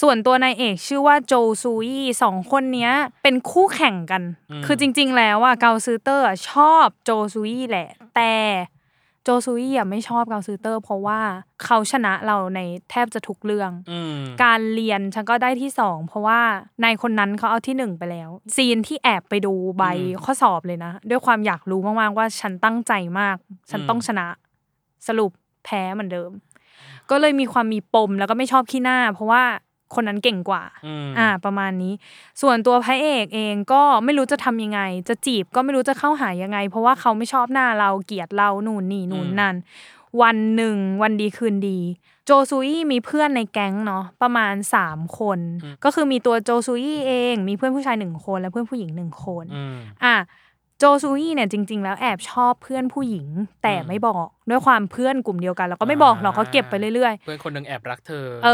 ส่วนตัวนายเอกชื่อว่าโจซูยี่สองคนเนี้ยเป็นคู่แข่งกัน อืม คือจริง ๆ แล้วอ่ะเกาซือเตอร์อะชอบโจซูยี่แหละ แต่โจซูยี่อ่ะไม่ชอบเกาซือเตอร์ เพราะว่าเขาชนะเราในแทบจะทุกเรื่อง อืม การเรียนฉันก็ได้ที่สองเพราะว่านายคนนั้นเขาเอาที่หนึ่งไปแล้ว ซีนที่แอบไปดูใบ อืม ข้อสอบเลยนะ ด้วยความอยากรู้มากๆว่าฉันตั้งใจมาก ฉัน อืม ต้องชนะ สรุปแพ้เหมือนเดิม ก็เลยมีความมีปมแล้วก็ไม่ชอบขี้หน้า เพราะว่าคนนั้นเก่งกว่า อืม อ่า ประมาณนี้ ส่วนตัวพระเอกเองก็ไม่รู้จะทำยังไง จะจีบก็ไม่รู้จะเข้าหายังไง เพราะว่าเขาไม่ชอบหน้าเราเกลียดเรานู่นนี่นู่น อืม นั่น วันหนึ่งวันดีคืนดี โจซูอี้มีเพื่อนในแก๊งเนาะประมาณ 3 คน ก็คือมีตัวโจซูอี้เอง มีเพื่อนผู้ชายหนึ่งคนและเพื่อนผู้หญิงหนึ่งคน อืม อ่ะโจซูอี้เนี่ยจริง ๆ แล้วแอบชอบเพื่อนผู้หญิง แต่ อืม ไม่บอกด้วยความเพื่อนกลุ่มเดียวกัน แล้วก็ไม่บอกหรอก อ่า เขาเก็บไปเรื่อย เพื่อนคนหนึ่งแอบรักเธอ ๆ เอ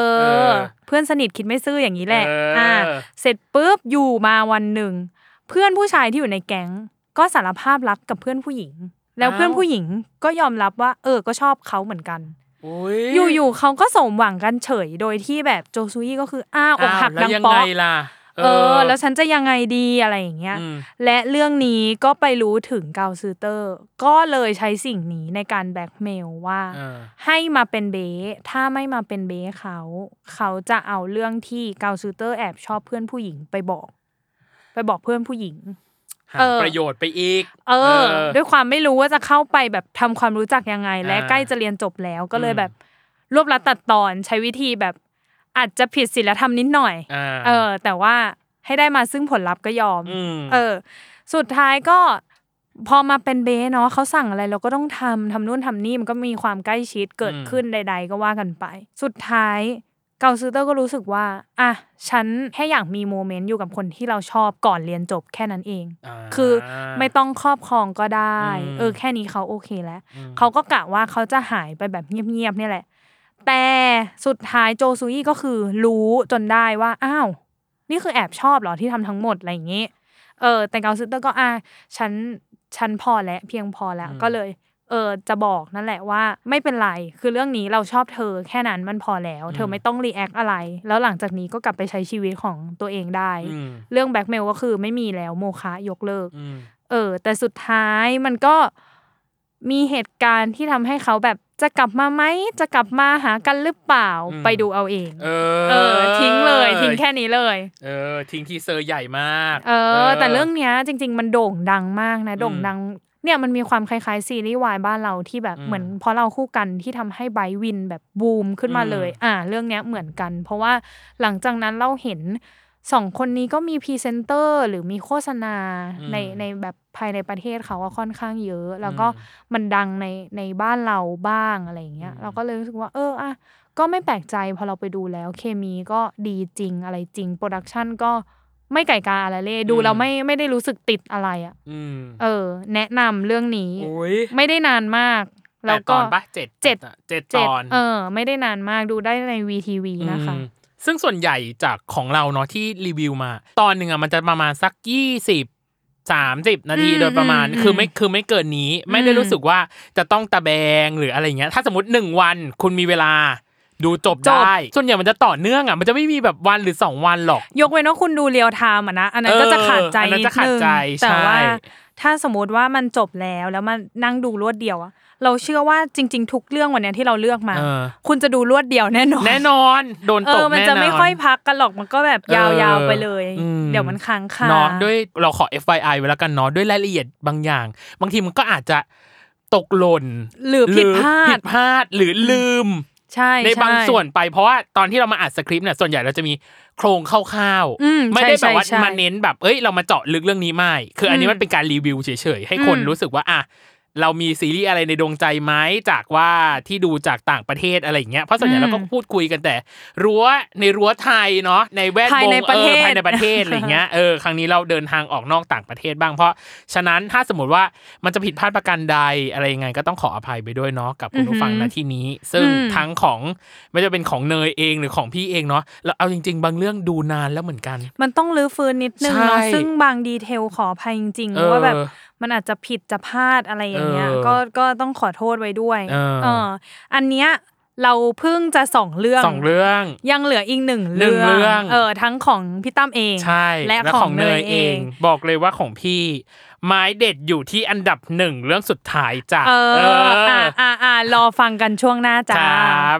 อ เพื่อนสนิทคิดไม่ซื่ออย่างนี้แหละ เอออ่ อ่ะเสร็จปุ๊บอยู่มาวันหนึ่ง เพื่อนผู้ชายที่อยู่ในแก๊ง ก็สารภาพรักกับเพื่อนผู้หญิง แล้วเพื่อนผู้หญิงก็ยอมรับว่า เออก็ชอบเขาเหมือนกัน โอ้ย อยู่ๆเขาก็สมหวังกันเฉย โดยที่แบบโจซูยี่ก็คืออ้าวอกหัก แล้วดัง ยัง ป๊ ไง อก ล่ะ เออ แล้วฉันจะยังไงดีอะไรอย่างเงี้ย อืม และเรื่องนี้ก็ไปรู้ถึงเกาซือเตอร์ ก็เลยใช้สิ่งนี้ในการแบล็กเมลว่า เออ ให้มาเป็นเบสถ้าไม่มาเป็นเบสเขา เขาจะเอาเรื่องที่เกาซือเตอร์แอบชอบเพื่อนผู้หญิงไปบอก ไปบอกเพื่อนผู้หญิง หา เออ ประโยชน์ไปอีก เออ ด้วยความไม่รู้ว่าจะเข้าไปแบบทำความรู้จักยังไง และ อ่า ใกล้จะเรียนจบแล้วก็เลย อืม แบบรวบรัดตัดตอนใช้วิธีแบบอาจจะผิดศีลธรรมนิดหน่อย อ่า เออ แต่ว่าให้ได้มาซึ่งผลลัพธ์ก็ยอม ม เออ สุดท้ายก็ พอมาเป็นเบสเนาะเขาสั่งอะไรเราก็ต้องทำทำนู่นทำนี่มันก็มีความใกล้ชิดเกิดขึ้นใด ๆ ก็ว่ากันไป สุดท้ายเกาซือเตอร์ก็รู้สึกว่าอ่ะฉันแค่อยากมีโมเมนต์อยู่กับคนที่เราชอบก่อนเรียนจบแค่นั้นเอง า คือไม่ต้องครอบครองก็ได้ อืม เออแค่นี้เขาโอเคแล้ว อืม เขาก็กะว่าเขาจะหายไปแบบเงียบๆเนี่ยแหละ แต่สุดท้ายโจซูยี่ก็คือรู้จนได้ว่าอ้าวนี่คือแอบชอบเหรอที่ทำทั้งหมดอะไรอย่างงี้ เออ แต่เกาซึเตอร์ก็อ่ะฉันฉันพอแล้วเพียงพอแล้วก็เลย เออจะบอกนั่นแหละว่าไม่เป็นไรคือเรื่องนี้เราชอบเธอแค่นั้นมันพอแล้ว เธอไม่ต้องรีแอคอะไร แล้วหลังจากนี้ก็กลับไปใช้ชีวิตของตัวเองได้ อืม เรื่องแบล็กเมลก็คือไม่มีแล้วโมคะยกเลิก อืม เออ แต่สุดท้ายมันก็มีเหตุการณ์ที่ทำให้เขาแบบจะกลับมาไหมจะกลับมาหากันหรือเปล่าไปดูเอาเอง เอ เออ ทิ้งเลยทิ้งแค่นี้เลย เออ ทิ้งที่เซอร์ใหญ่มาก เออ แต่เรื่องเนี้ยจริง ๆ มันโด่งดังมากนะ โด่งดัง เนี่ยมันมีความคล้ายๆซีรีส์วายบ้านเราที่แบบ อืม เหมือนเพราะเราคู่กันที่ทำให้ไบรท์วินแบบบูมขึ้นมาเลย อืม อ่า เรื่องเนี้ยเหมือนกัน เพราะว่าหลังจากนั้นเราเห็นสองคนนี้ก็มีพรีเซนเตอร์หรือมีโฆษณาในในแบบภายในประเทศเขาว่าค่อนข้างเยอะ แล้วก็มันดังในในบ้านเราบ้างอะไรอย่างเงี้ยเราก็เลยรู้สึกว่าเอออ่ะ ก็ไม่แปลกใจพอเราไปดูแล้วเคมีก็ดีจริงอะไรจริง โปรดักชันก็ ไม่ไก่กาอะไรเลยดู อืม เราไม่ไม่ได้รู้สึกติดอะไรอ่ะ อืม เออ แนะนำเรื่องนี้ โอ้ย ไม่ได้นานมาก แป แล้ว ดต ก็ อนปะเจ็ด เจ็ด เจ็ด เจ็ ต ด อน เออ ไม่ได้นานมากดูได้ในวีทีวีนะคะ อืมซึ่งส่วนใหญ่จากของเราเนาะที่รีวิวมา ตอนหนึ่งอะมันจะประมาณสักยี่สิบสามสิบนาที อืม โดยประมาณ อืม คือไม่คือไม่เกินนี้ ไม่ได้ อืม รู้สึกว่าจะต้องตะแบงหรืออะไรเงี้ย ถ้าสมมติหนึ่งวันคุณมีเวลา ดูจบได้ส่วนใหญ่มันจะต่อเนื่องอ่ะมันจะไม่มีแบบวันหรือสองวันหรอก ยกเว้นว่าคุณดูเรียลไทม์อ่ะนะ อันนั้นก็จะขาดใจ เอออันนั้น นิ จะ ด ขาด นึง ใจใช่ แต่ว่า ถ้าสมมติว่ามันจบแล้วแล้วมันนั่งดูรวดเดียวอะเราเชื่อว่าจริง ๆ ทุกเรื่องวันเนี้ยที่เราเลือกมา เออ คุณจะดูรวดเดียวแน่นอน แน่นอนโดน เอ ตกแน่อนอน มันจะไม่ค่อยพักกันหรอกมันก็แบบยาว เออ ๆไปเลย อืม เดี๋ยวมันค้างคา เนาะด้วยเราขอ FYI ไว้แล้วกันเนาะด้วยรายละเอียดบางอย่าง บางทีมันก็อาจจะตกหล่น หรือผิดพลาหรือผิดดพลาดหรือลืม ใช่ ในบาง ช่ ส่วนไปเพราะว่าตอนที่เรามาอัดสคริปต์เนี่ยส่วนใหญ่เราจะมีโครงคร่าว อืม ไม่ได้แบบว่า ใช่ใช่ มาเน้นแบบเอ้ยเรามาเจาะลึกเรื่องนี้ไม่คืออันนี้ อืม มันเป็นการรีวิวเฉยๆให้คน อืม รู้สึกว่าอ่ะเรามีซีรีส์อะไรในดวงใจไหมจากว่าที่ดูจากต่างประเทศอะไรอย่างเงี้ยเพราะส่วนใหญ่ อืม เราก็พูดคุยกันแต่ รั้วในรั้วไทยเนาะในแวดวง ภายในประเทศ ออภายในประเทศอะไร อย่างเงี้ยเออครั้งนี้เราเดินทางออกนอกต่างประเทศบ้างเพราะฉะนั้นถ้าสมมติว่ามันจะผิดพลาดประการใดอะไรยังไงก็ต้องขออภัยไปด้วยเนาะกับคุณผู้ฟังนะที่นี้ ซึ่ง อืม ทั้งของไม่ว่าจะเป็นของเนยเองหรือของพี่เองเนาะแล้วเอาจริง ๆ บางเรื่องดูนานแล้วเหมือนกัน มันต้องรื้อฟื้นนิดนึงเนาะ ใช่ ซึ่งบางดีเทลขออภัยจริง เออ ๆว่าแบบมันอาจจะผิดจะพลาดอะไรอย่างเงี้ย เออ ก็ก็ต้องขอโทษไว้ด้วย เออ เอออันเนี้ยเราเพิ่งจะสองเรื่อง สองเรื่อง ยังเหลืออีกหนึ่ง หนึ่ เรื่องง เรื่อง เออทั้งของพี่ตั้มเอง ใช่ และของเนยเอง บอกเลยว่าของพี่ ไม้เด็ดอยู่ที่อันดับหนึ่งเรื่องสุดท้ายจ้ะ เออ เอออ อ่าอ่าอ่ารอฟังกันช่วงหน้าจ้า ครับ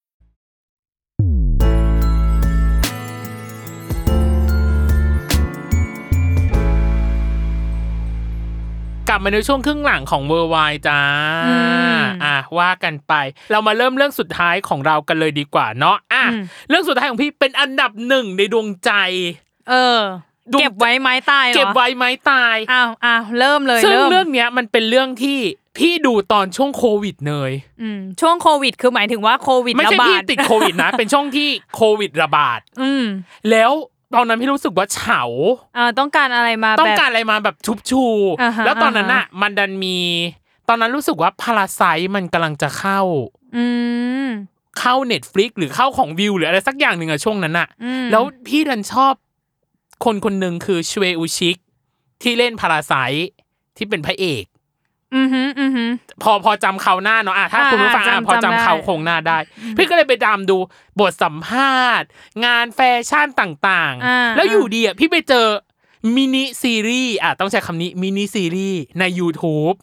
กลับมาในช่วงครึ่งหลังของเวอร์ไวจ้า อืม อ่ะว่ากันไป เรามาเริ่มเรื่องสุดท้ายของเรากันเลยดีกว่าเนาะอ่ะ อืม เรื่องสุดท้ายของพี่เป็นอันดับหนึ่งในดวงใจ เออ ดู เก็บไว้ไม้ตายหรอ เก็บไว้ไหมตาย อ้าวอ้าวเริ่มเลย ซึ่ง เริ่ม เรื่องเนี้ยมันเป็นเรื่องที่พี่ดูตอนช่วงโควิดเนย อืมช่วงโควิดคือหมายถึงว่าโควิด ไม่ ระ ใช่ บา พี่ ด ติดโควิดนะ เป็นช่วงที่โควิดระบาด อืม แล้วตอนนั้นพี่รู้สึกว่าเฉา อ่าต้องการอะไรมา ต้อ แบ ง บ การอะไรมาแบบชุบชู อ่าฮะ แล้วตอนนั้น อ่า อ่ะ ฮะ มันดันมี ตอนนั้นรู้สึกว่าพาราไซมันกำลังจะเข้า อืม เข้า Netflix หรือเข้าของวิวหรืออะไรสักอย่างหนึ่งอะช่วงนั้นอะ อืม แล้วพี่ดันชอบคนคนหนึ่งคือชเวอุชิก ที่เล่นพาราไซที่เป็นพระเอก อือหืออือหือ พอพอจำเขาหน้าเนาะอ่ะถ้า อ่า คุณผู้ฟังอ่ะ จำ พอจำ จำได้ เขาโครงหน้าได้ พี่ก็เลยไปตามดูบทสัมภาษณ์ งานแฟชั่นต่าง อ่า ๆ แล้วอยู่ดีอ่ะพี่ไปเจอมินิซีรีส์อ่ะต้องใช้คำนี้มินิซีรีส์ใน YouTube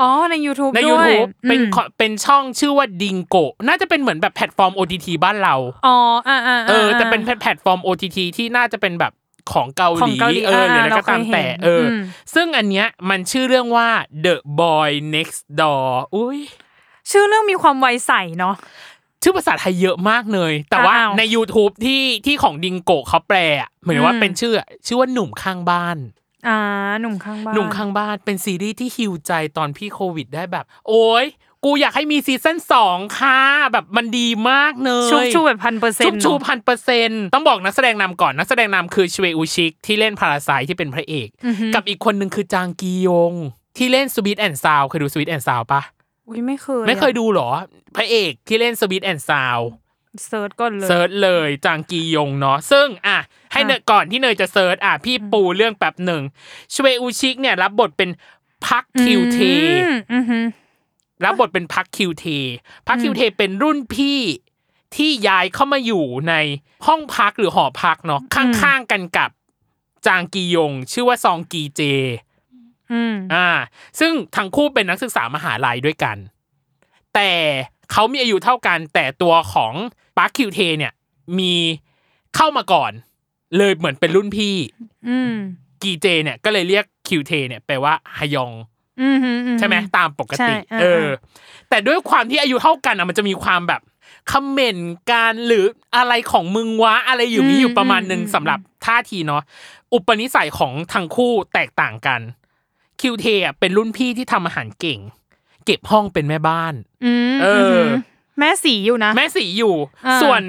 อ๋อใน YouTube ใน ด้วย YouTube เป็น อืม ขอเป็นช่องชื่อว่าดิงโกน่าจะเป็นเหมือนแบบแพลตฟอร์ม OTT บ้านเรา อ๋ออ่าอ่าา เออแต่เป็นแพลตฟอร์ม OTT ที่น่าจะเป็นแบบของเกาห ขอ ลี งเกาหลี เออหรือ อ่า อะไรก็ตามแต่ เราเคยเห็น เอออ ม ซึ่งอันเนี้ยมันชื่อเรื่องว่า The Boy Next Door อุ้ย ชื่อเรื่องมีความไวยใสเนาะ ชื่อภาษาไทยเยอะมากเลย แต่ว่า อ้าว ใน YouTube ที่ที่ของดิงโกะเขาแปลอะเหมือนว่า อืม เป็นชื่อชื่อว่าหนุ่มข้างบ้าน อ่า หนุ่มข้างบ้าน หนุ่มข้างบ้านเป็นซีรีส์ที่ฮิวใจตอนพี่โควิดได้แบบ โอ้ยกูอยากให้มีซีซั่นสองค่ะแบบมันดีมากเลย ชุบชูแบบพันเปอร์เซ็น ชุบ ต์ ชูพันเปอร์เซ็นต์ต้องบอกนักแสดงนำก่อนนักแสดงนำคือชเวอุชิก ที่เล่นพาราไซที่เป็นพระเอก อือฮึ กับอีกคนหนึ่งคือจางกียง ที่เล่นสวิตแอนซาวเคยดูสวิตแอนซาวปะ อุ้ยไม่เคย ไม่เคยดูเหรอ พระเอกที่เล่นสวิตแอนซาว เซิร์ชก่อนเลย เซิร์ชเลยจางกียงเนาะซึ่งอ่ะให้เนยก่อนที่เนยจะเซิร์ชอ่ะพี่ปูเรื่องแป๊บหนึ่งชเวอุชิกเนี่ยรับบทเป็นพักคิวเท อืมอือหือ รับบทเป็นพักคิวเทพักคิวเทเป็นรุ่นพี่ที่ย้ายเข้ามาอยู่ในห้องพักหรือหอพักเนาะข้างๆกันกับจางกียง ชื่อว่าซองกีเจ อืม อ่า ซึ่งทั้งคู่เป็นนักศึกษามหาลัยด้วยกัน แต่เขามีอายุเท่ากัน แต่ตัวของปาร์คคิวเทเนี่ยมีเข้ามาก่อน เลยเหมือนเป็นรุ่นพี่ อืม กีเจเนี่ยก็เลยเรียกคิวเทเนี่ยแปลว่าฮยอง อืมอือื ใช่ไหมตามปกติ ใช่อ่า เออ อ่า แต่ด้วยความที่อายุเท่ากันอ่ะมันจะมีความแบบคอมเมนต์การหรืออะไรของมึงวะอะไรอยู่นี้อยู่ประมาณหนึ่งสำหรับท่าทีเนาะอุปนิสัยของทั้งคู่แตกต่างกันคิวเทอ่ะเป็นรุ่นพี่ที่ทำอาหารเก่ง เก็บห้องเป็นแม่บ้าน อืม เอออื มแม่สีอยู่นะ แม่สีอยู่ อ่า ส่วน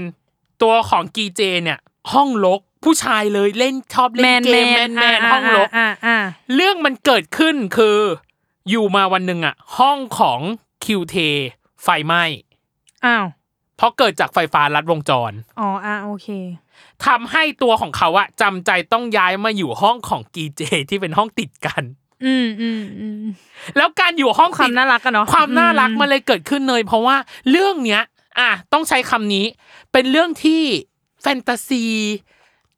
ตัวของกีเจเนี่ย ห้องลกผู้ชายเลยเล่นชอบเล่นเกมแมนแมน อ่า ห้องลก อ่าอ่า เรื่องมันเกิดขึ้นคืออยู่มาวันหนึ่งอะห้องของคิวเทไฟไหม้ อ่าอ้าว เพราะเกิดจากไฟฟ้าลัดวงจร อ๋ออ่าโอเค ทำให้ตัวของเขาอะจำใจต้องย้ายมาอยู่ห้องของกีเจที่เป็นห้องติดกัน อืมอืมอืม แล้วการอยู่ห้อง ความ ติด น่ารักกันเนาะ ความน่ารัก อื มันเลยเกิดขึ้นเลย เพราะว่าเรื่องเนี้ยอะต้องใช้คำนี้ เป็นเรื่องที่แฟนตาซี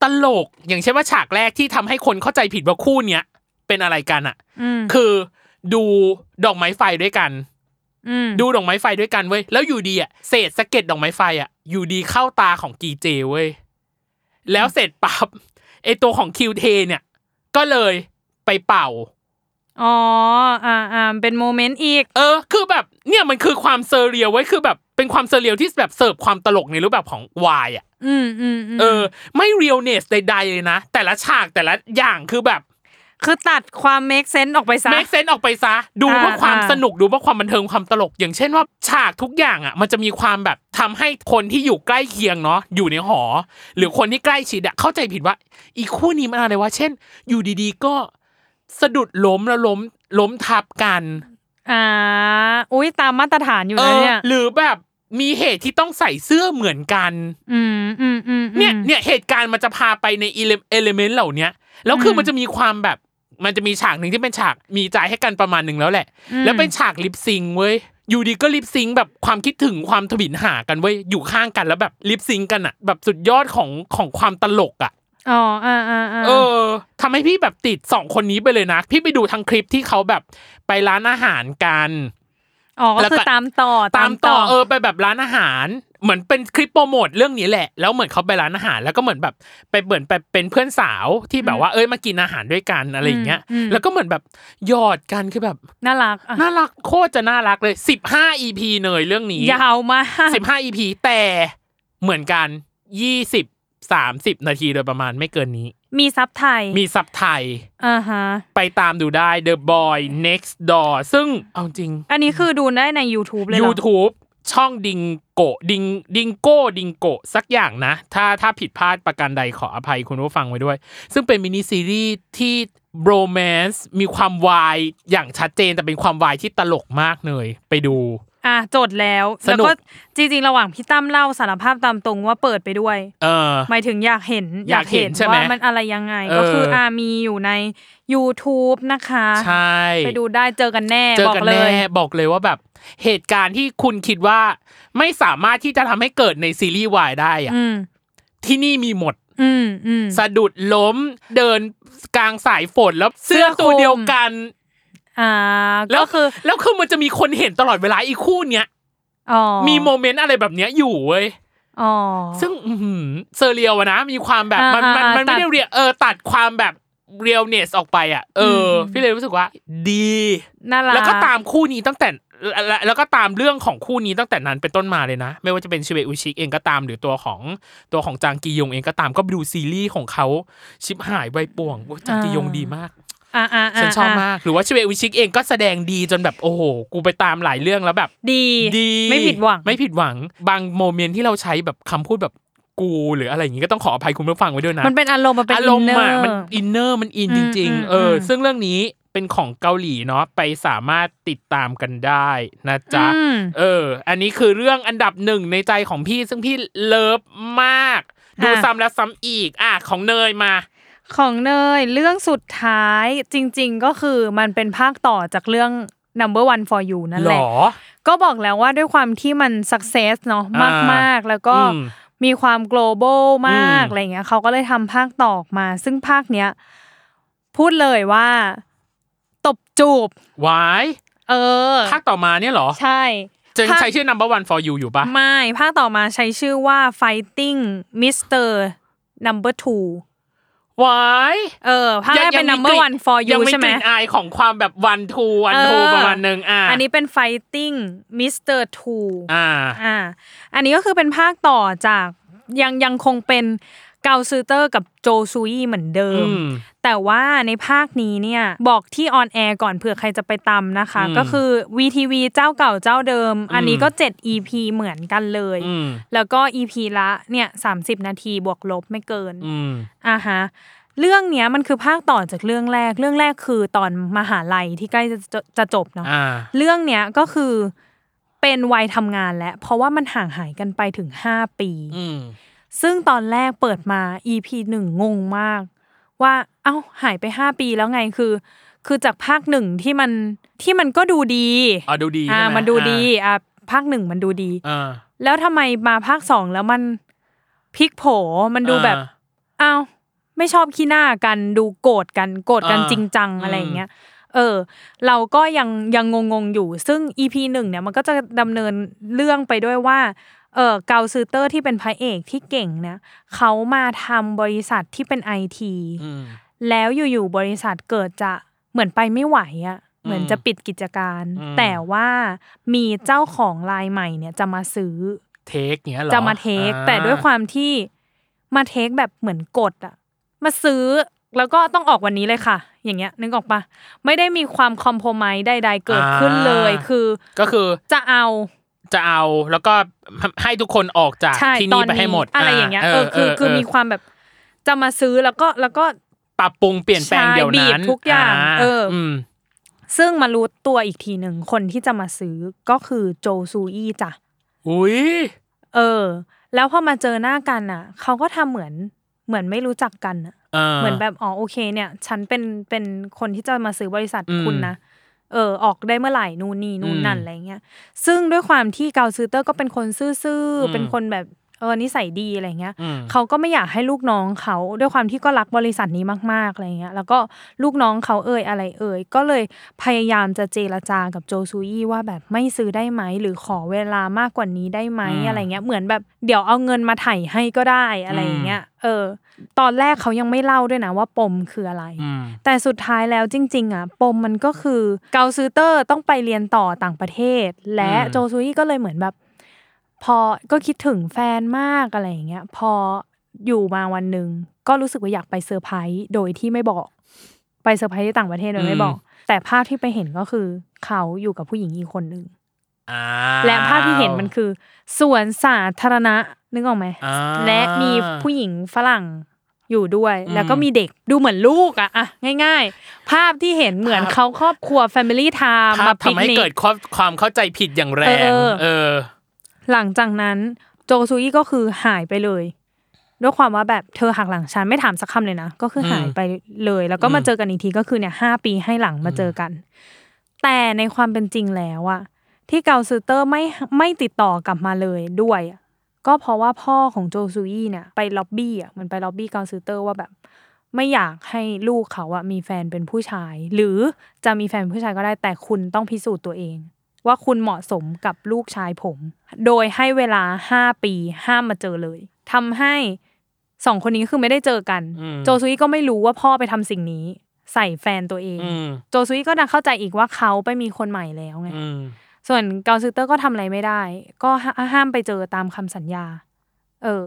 ตลก อย่างเช่นว่าฉากแรกที่ทำให้คนเข้าใจผิดว่าคู่เนี้ยเป็นอะไรกันอะ อืม คือดูดอกไม้ไฟด้วยกัน อืม ดูดอกไม้ไฟด้วยกันเว้ยแล้วอยู่ดีอ่ะเศษสะเก็ดดอกไม้ไฟอ่ะอยู่ดีเข้าตาของกีเจเว้ยแล้วเสร็จปั๊บไอตัวของคิวเทเนี่ย ก็เลยไปเป่า อ๋ออ่าอ่าเป็นโมเมนต์อีก เออ คือแบบเนี่ยมันคือความเซอร์เรียลไว้ยคือแบบเป็นความเซอร์เรียลที่แบบเสิร์ฟความตลกในรูปแบบของวายอ่ะ อืมอืมม เออ ไม่เรียลเนสใดๆเลยนะ แต่ละฉากแต่ละอย่างคือแบบ คือตัดความเมคเซนต์ออกไปซะ แม็กเซนออกไปซะ ดูเพื่ออา ความ อ่า สนุกดูเพื่อความบันเทิงความตลก อย่างเช่นว่าฉากทุกอย่างอ่ะ มันจะมีความแบบทำให้คนที่อยู่ใกล้เคียงเนาะอยู่ในหอ หรือคนที่ใกล้ชิดอ่ะเข้าใจผิดว่า อีคู่นี้มันอะไรวะเช่น อยู่ดีๆ ก็สะดุดล้มแล้วล้มล้มทับกัน อ่า อุ้ยตามมาตรฐานอยู่ เอ นะ อ เนี่ย หรือแบบมีเหตุที่ต้องใส่เสื้อเหมือนกัน อืมอืมอืมอืม เนี่ยเนี่ยเหตุการณ์มันจะพาไปในเอเลเมนต์เหล่าเนี้ยแล้วคืออ ม มันจะมีความแบบมันจะมีฉากหนึ่งที่เป็นฉากมีใจให้กันประมาณหนึ่งแล้วแหละ อืม แล้วเป็นฉากลิปซิงค์เว้ย อยู่ดีก็ลิปซิงค์แบบความคิดถึงความถวิลหากันเว้ย อยู่ข้างกันแล้วแบบลิปซิงค์กันอะแบบสุดยอดของของความตลกอะ อ๋ออ่าอ่าอ่า เออทำให้พี่แบบติดสองคนนี้ไปเลยนะ พี่ไปดูทั้งคลิปที่เขาแบบไปร้านอาหารกัน อ๋อก็ แล้ว คือ ก็ ตามต่อ ตามต่อเออไปแบบร้านอาหาร เหมือนเป็นคลิปโปรโมทเรื่องนี้แหละ แล้วเหมือนเขาไปร้านอาหาร แล้วก็เหมือนแบบไปเหมือนไปเป็นเพื่อนสาวที่แบบว่าเอ้ยมากินอาหารด้วยกันอะไรอย่างเงี้ย มม แล้วก็เหมือนแบบหยอดกันคือแบบ น่ารักอ่ะ น่ารักโคตรจะน่ารักเลย 15 EP เนยเรื่องนี้ ยาวมาก 15 EP แต่เหมือนกัน 20 30 นาทีโดยประมาณไม่เกินนี้ มีซับไทย มีซับไทย อ่าฮะ ไปตามดูได้ The Boy Next Door ซึ่งเอาจริง อันนี้คือดูได้ใน YouTube เลยเหรอ YouTube ช่องดิงโกะดิงดิงโก้ดิงโกะสักอย่างนะ ถ้าถ้าผิดพลาดประการใดขออภัยคุณผู้ฟังไว้ด้วย ซึ่งเป็นมินิซีรีส์ที่ bromance มีความวายอย่างชัดเจนแต่เป็นความวายที่ตลกมากเลยไปดู อ่ะจดแล้ว สนุก แล้วก็จริงๆ ระหว่างพี่ตั้มเล่าสารภาพตามตรงว่าเปิดไปด้วย เออ หมายถึงอยากเห็น อยากเห็นใช่ไหม ว่ามันอะไรยังไง เออ ก็คืออามีอยู่ใน YouTube นะคะ ใช่ ไปดูได้เจอกันแน่ เจอบ อ กัน กเล แน่ ย บอกเลยว่าแบบเหตุการณ์ที่คุณคิดว่าไม่สามารถที่จะทำให้เกิดในซีรีส์วายได้อะ อืม ที่นี่มีหมด อืมอืม สะดุดล้มเดินกลางสายฝนแล้วเสื้อ เสื้อคลุม ตัวเดียวกัน อ่า แล้ว ก็คือ แล้วคือมันจะมีคนเห็นตลอดเวลาอีกคู่เนี้ย อ๋อ มีโมเมนต์อะไรแบบเนี้ยอยู่เว้ย อ๋อ ซึ่งอื้อหือเซอร์เรียลอะนะมีความแบบมัน อ่า มัน อ่า มันไม่ ตัด ได้เรียเออตัดความแบบเรียลเนสออกไปอ่ะเอออพี่เลยรู้สึกว่า ดี น่ารัก แล้วก็ตามคู่นี้ตั้งแต่แล้วแล้วก็ตามเรื่องของคู่นี้ตั้งแต่นั้นเป็นต้นมาเลยนะ ไม่ว่าจะเป็นชิเวอุชิเองก็ตามหรือตัวของตัวของจางกียงเองก็ตามก็ไปดูซีรีส์ของเขาชิบหายใบป่วงโอ้ยจางกียงดีมาก อ่าอ่าา ฉันชอบมาก หรือว่าชิเวอุชิเองก็แสดงดีจนแบบโอ้โห กูไปตามหลายเรื่องแล้วแบบ ดี ดี ไม่ผิดหวัง ไม่ผิดหวัง บางโมเมนต์ที่เราใช้แบบคำพูดแบบกูหรืออะไรอย่างงี้ก็ต้องขออภัยคุณผู้ฟังไว้ด้วยนะ มันเป็นอารมณ์มันเป็น อารมณ์อ่ะ อินเนอร์ มันอินเนอร์มันอิน อืม จริง อืม ๆ เอออ ม ซึ่งเรื่องนี้เป็นของเกาหลีเนาะไปสามารถติดตามกันได้นะจ๊ะ อืม เออ อันนี้คือเรื่องอันดับหนึ่งในใจของพี่ซึ่งพี่เลิฟมาก ดู อ่ะ ซ้ำแล้วซ้ำอีก อ่ะ ของเนยมา ของเนยเรื่องสุดท้ายจริง ๆ ก็คือมันเป็นภาคต่อจากเรื่อง number one for you นั่น หร แหละ อ ก็บอกแล้วว่าด้วยความที่มัน success เนาะ อ่าม มาก ๆ แล้วก็ อืม มีความ global มาก อืม อะไรเงี้ยเขาก็เลยทำภาคต่อออกมา ซึ่งภาคเนี้ย พูดเลยว่า ตบจูบ วาย เออ ภาคต่อมาเนี่ยเหรอ ใช่ จะยังใช้ชื่อ number one for you อยู่ปะ ไม่ภาคต่อมาใช้ชื่อว่า fighting Mr. Number Two วาย เออภาคแรกเป็น มี number ลิ่ one for ยั you มี ใช่ไหม กลิ่นอายของความแบบ one two one เออ two ประมาณนึงอ่า อันนี้เป็น fighting Mr. Two อ่า อ่า อันนี้ก็คือเป็นภาคต่อจากยังยังคงเป็นเกาซูเตอร์กับโจซูยเหมือนเดิม อืม แต่ว่าในภาคนี้เนี่ยบอกที่ออนแอร์ก่อนเผื่อใครจะไปตามนะคะ อืม ก็คือ VTV เจ้าเก่าเจ้าเดิม อันนี้ก็ 7 EP เหมือนกันเลย อืม แล้วก็ EP ละเนี่ย30 นาทีบวกลบไม่เกิน อืม อ่าฮะเรื่องเนี้ยมันคือภาคต่อจากเรื่องแรก เรื่องแรกคือตอนมหาลัยที่ใกล้จะจะจะจบเนาะ อ่า เรื่องเนี้ยก็คือเป็นวัยทำงานแล้ว เพราะว่ามันห่างหายกันไปถึง 5 ปี อืม ซึ่งตอนแรกเปิดมา EP หนึ่งงงมาก ว่าเอ้าหายไป 5 ปีแล้วไงคือ คือจากภาคหนึ่งที่มันที่มันก็ดูดี อ๋อดูดี อ่า ใช่ไหม มันดู อ่า ดีอ่าภาคหนึ่งมันดูดี อ่า แล้วทำไมมาภาคสองแล้วมันพลิกโผมันดูแบบ อ้าวไม่ชอบขี้หน้ากันดูโกรธกันโกรธกัน อ่า จริงจัง อืม อะไรอย่างเงี้ยเออ เราก็ยังยังงงๆอยู่ ซึ่ง EP หนึ่งเนี่ยมันก็จะดำเนินเรื่องไปด้วยว่าเออเกาซือเตอร์ที่เป็นพระเอกที่เก่งนะเขามาทำบริษัทที่เป็นไอที อืม แล้วอยู่ๆบริษัทเกิดจะเหมือนไปไม่ไหวอะ่ะเหมือนจะปิดกิจการ อืม แต่ว่ามีเจ้าของรายใหม่เนี่ยจะมาซื้อ เทคเนี้ยเหรอ จะมาเทค อ่ แต่ด้วยความที่มาเทคแบบเหมือนกดอะมาซื้อแล้วก็ต้องออกวันนี้เลยค่ะ อย่างเงี้ยนึกออกปะไม่ได้มีความคอมโพมายใดๆเกิดขึ้นเลยคือ ก็คือ จะเอา จะเอาแล้วก็ให้ทุกคนออกจาก ใช่ ที่ ตอ นี่ น ไปให้ นี้ หมด อะไรอย่างเงี้ย า เออคือคือมีความแบบจะมาซื้อแล้วก็แล้วก็ ปรับปรุงเปลี่ยนแปลง ใช่ เดี๋ยวนั้น บีบทุกอย่างเอออื ม ซึ่งมารู้ตัวอีกทีหนึ่งคนที่จะมาซื้อก็คือโจซูอี้จ้ะ อุ้ย เออ แล้วพอมาเจอหน้ากันอ่ะเขาก็ทำเหมือนเหมือนไม่รู้จักกันอ่ะ า เหมือนแบบอ๋อโอเคเนี่ย ฉันเป็นเป็นคนที่จะมาซื้อบริษัท อืม คุณนะเออออกได้เมื่อไหร่นู่นนี่นู่นนั่น อืม อะไรเงี้ยซึ่งด้วยความที่เกาซื้อเตอร์ก็เป็นคนซื่อ อืม ๆเป็นคนแบบเออนิสัยดีอะไรเงี้ย อืม เขาก็ไม่อยากให้ลูกน้องเขาด้วยความที่ก็รักบริษัทนี้มากๆอะไรเงี้ยแล้วก็ลูกน้องเขาเอ่ยอะไรเอ่ยก็เลยพยายามจะเจรจากับโจซูยี่ว่าแบบไม่ซื้อได้ไหมหรือขอเวลามากกว่านี้ได้ไหมอะไรเงี้ยเหมือนแบบเดี๋ยวเอาเงินมาไถ่ให้ก็ได้อะไรอย่างเงี้ยเออ ตอนแรกเขายังไม่เล่าด้วยนะว่าปมคืออะไร อืม แต่สุดท้ายแล้วจริง ๆ อ่ะ ปมมันก็คือเกาซือเตอร์ต้องไปเรียนต่อต่างประเทศ และ อืม โจซุยก็เลยเหมือนแบบ พอก็คิดถึงแฟนมากอะไรอย่างเงี้ยพออยู่มาวันหนึ่งก็รู้สึกว่าอยากไปเซอร์ไพรส์โดยที่ไม่บอก ไปเซอร์ไพรส์ที่ต่างประเทศโดยไม่บอก แต่ภาพที่ไปเห็นก็คือเขาอยู่กับผู้หญิงอีกคนหนึ่ง อ้าว และภาพที่เห็นมันคือสวนสาธารณะนึกออกไหม อ่า และมีผู้หญิงฝรั่งอยู่ด้วย อืม แล้วก็มีเด็กดูเหมือนลูกอะอะง่าย ๆ ภาพที่เห็นเหมือน ภาพ เขาครอบครัว Family Time ภา มา พ ปิก ทำให้ นิ เกิด ก ความความเข้าใจผิดอย่างแรง เออเออ เออ หลังจากนั้นโจซูอี้ก็คือหายไปเลย ด้วยความว่าแบบเธอหักหลังฉันไม่ถามสักคำเลยนะ ก็คืออ ม หายไปเลย แล้วก็มา อืม เจอกันอีกทีก็คือเนี่ยห้าปีให้หลังมาเจอกัน แต่ในความเป็นจริงแล้วอะที่เกาซูเตอร์ไม่ไม่ติดต่อกลับมาเลยด้วยอะก็เพราะว่าพ่อของโจซูอี้เนี่ยไปล็อบบี้อะเหมันไปล็อบบี้เกาซูเตอร์ว่าแบบ ไม่อยากให้ลูกเขาอะมีแฟนเป็นผู้ชาย หรือจะมีแฟนเป็นผู้ชายก็ได้แต่คุณต้องพิสูจน์ตัวเอง ว่าคุณเหมาะสมกับลูกชายผม โดยให้เวลาห้าปีห้ามมาเจอเลยทำให้สองคนนี้คือไม่ได้เจอกัน อืม โจซูอี้ก็ไม่รู้ว่าพ่อไปทำสิ่งนี้ ใส่แฟนตัวเอง อืม โจซุยก็ดังเข้าใจอีกว่าเขาไปมีคนใหม่แล้วไง อืม ส่วนเกาซูเตอร์ก็ทำอะไรไม่ได้ ก็ห้าห้ามไปเจอตามคำสัญญา เออ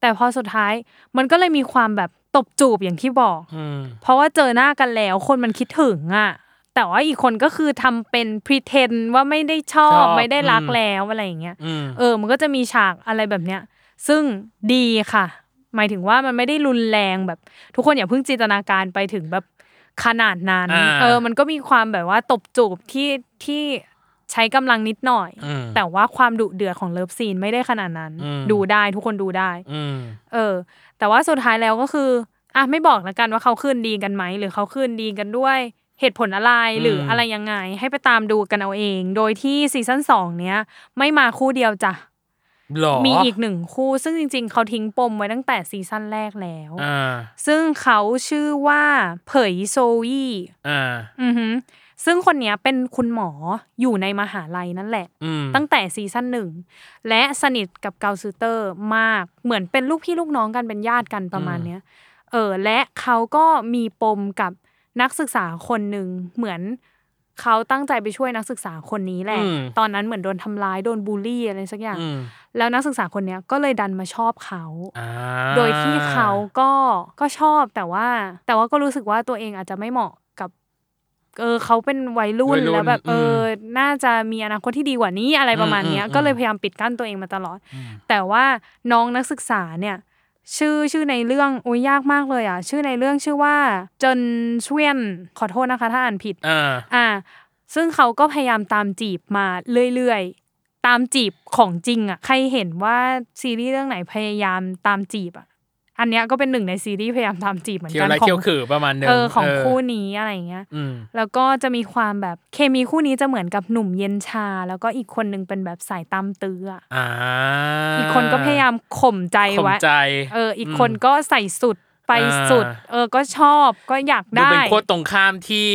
แต่พอสุดท้ายมันก็เลยมีความแบบตบจูบอย่างที่บอก อืม เพราะว่าเจอหน้ากันแล้วคนมันคิดถึงอ่ะ แต่ว่าอีกคนก็คือทำเป็นพรีเทนว่าไม่ได้ชอ ช บ อบ ไม่ได้รัก อืม แล้วอะไรอย่างเงี้ย อืม เออ มันก็จะมีฉากอะไรแบบเนี้ย ซึ่งดีค่ะ หมายถึงว่ามันไม่ได้รุนแรงแบบ ทุกคนอย่าเพิ่งจินตนาการไปถึงแบบขนาดนั้น อ่า เออ มันก็มีความแบบว่าตบจูบที่ที่ใช้กำลังนิดหน่อย อืม แต่ว่าความดุเดือดของเลิฟซีนไม่ได้ขนาดนั้น อืม ดูได้ทุกคนดูได้ อืม เออ แต่ว่าสุดท้ายแล้วก็คือ อ่ะไม่บอกแล้วกันว่าเขาคืนดีกันไหม หรือเขาคืนดีกันด้วยเหตุผลอะไร อืม หรืออะไรยังไง ให้ไปตามดูกันเอาเอง โดยที่ซีซั่นสองเนี้ย ไม่มาคู่เดียวจ้ะ หรอ มีอีกหนึ่งคู่ ซึ่งจริง ๆ เขาทิ้งปมไว้ตั้งแต่ซีซั่นแรกแล้ว อ่า ซึ่งเขาชื่อว่าเผยโซวี่ อ่า อือหือ ซึ่งคนเนี้ยเป็นคุณหมออยู่ในมหาลัยนั่นแหละ อืม ตั้งแต่ซีซั่นหนึ่งและสนิทกับเกาซูเตอร์มากเหมือนเป็นลูกพี่ลูกน้องกันเป็นญาติกันประมาณเนี้ยเออและเขาก็มีปมกับนักศึกษาคนหนึ่งเหมือนเขาตั้งใจไปช่วยนักศึกษาคนนี้แหละ อืม ตอนนั้นเหมือนโดนทำร้ายโดนบูลลี่อะไรสักอย่าง อืม แล้วนักศึกษาคนเนี้ยก็เลยดันมาชอบเขา อ่า โดยที่เขาก็ก็ชอบแต่ว่า แต่ว่าก็รู้สึกว่าตัวเองอาจจะไม่เหมาะกับ เออเขาเป็นวัยรุ่นแล้วแบบ เออ น่าจะมีอนาคตที่ดีกว่านี้อะไรประมาณเนี้ย ก็เลยพยายามปิดกั้นตัวเองมาตลอด แต่ว่าน้องนักศึกษาเนี่ย ชื่อชื่อในเรื่องโอ้ยยากมากเลยอ่ะ ชื่อในเรื่องชื่อว่าจนเชวียนขอโทษนะคะ ถ้าอ่านผิด อ่า อ่า ซึ่งเขาก็พยายามตามจีบมาเรื่อยๆ ตามจีบของจริงอ่ะ ใครเห็นว่าซีรีส์เรื่องไหนพยายามตามจีบอ่ะ อันเนี้ยก็เป็นหนึ่งในซีรีส์พยายามตามจีบเหมือน เที่ย กั วนไร ของ เที่ยวคือประมาณหนึง เออของ เ คู่นี้อะไรอย่างเงี้ย อืม แล้วก็จะมีความแบบเคมีคู่นี้จะเหมือนกับหนุ่มเย็นชา แล้วก็อีกคนนึงเป็นแบบสายตามตื้ออ่ะ อ่า อีกคนก็พยายามข่มใจ ข่ม ไว้ ใจ เออ อีกคนก็ใส่สุดไป อ่า สุด เออ ก็ชอบก็อยาก ดู ได้ เป็นขั้วตรงข้ามที่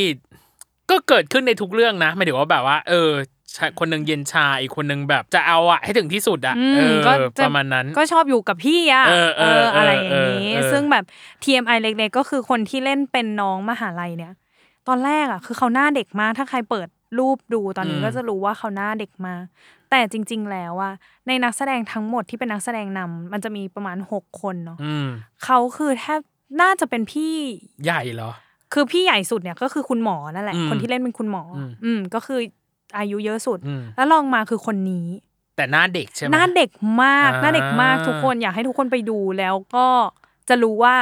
ก็เกิดขึ้นในทุกเรื่องนะไม่เดี๋ยวว่าแบบว่า เออชายคนหนึ่งเย็นชาอีกคนหนึ่งแบบจะเอาอะให้ถึงที่สุดอะ อืม เออ ก็ปจระมาณนั้น ก็ชอบอยู่กับพี่อ่ะ เออเออเออ อะไรอย่างนี้ เออเออ ซึ่งแบบ TMI เล็กๆก็คือคนที่เล่นเป็นน้องมหาลัยเนี่ย ตอนแรกอ่ะ คือเขาหน้าเด็กมาก ถ้าใครเปิดรูปดูตอนนี้ก็จะรู้ว่าเขาหน้าเด็กมาก แต่จริง ๆ แล้วอ่ะในนักแสดงทั้งหมดที่เป็นนักแสดงนำมันจะมีประมาณหกคนเนาะ อืม เขาคือแทบน่าจะเป็นพี่ ใหญ่เหรอ คือพี่ใหญ่สุดเนี่ยก็คือคุณหมอนั่นแหละ อืม คนที่เล่นเป็นคุณหมออ ม อืมก็คืออายุเยอะสุด อืม แล้วลองมาคือคนนี้ แต่หน้าเด็กใช่ไหม หน้าเด็กมาก อ่า หน้าเด็กมากทุกคนอยากให้ทุกคนไปดูแล้วก็จะรู้ว่า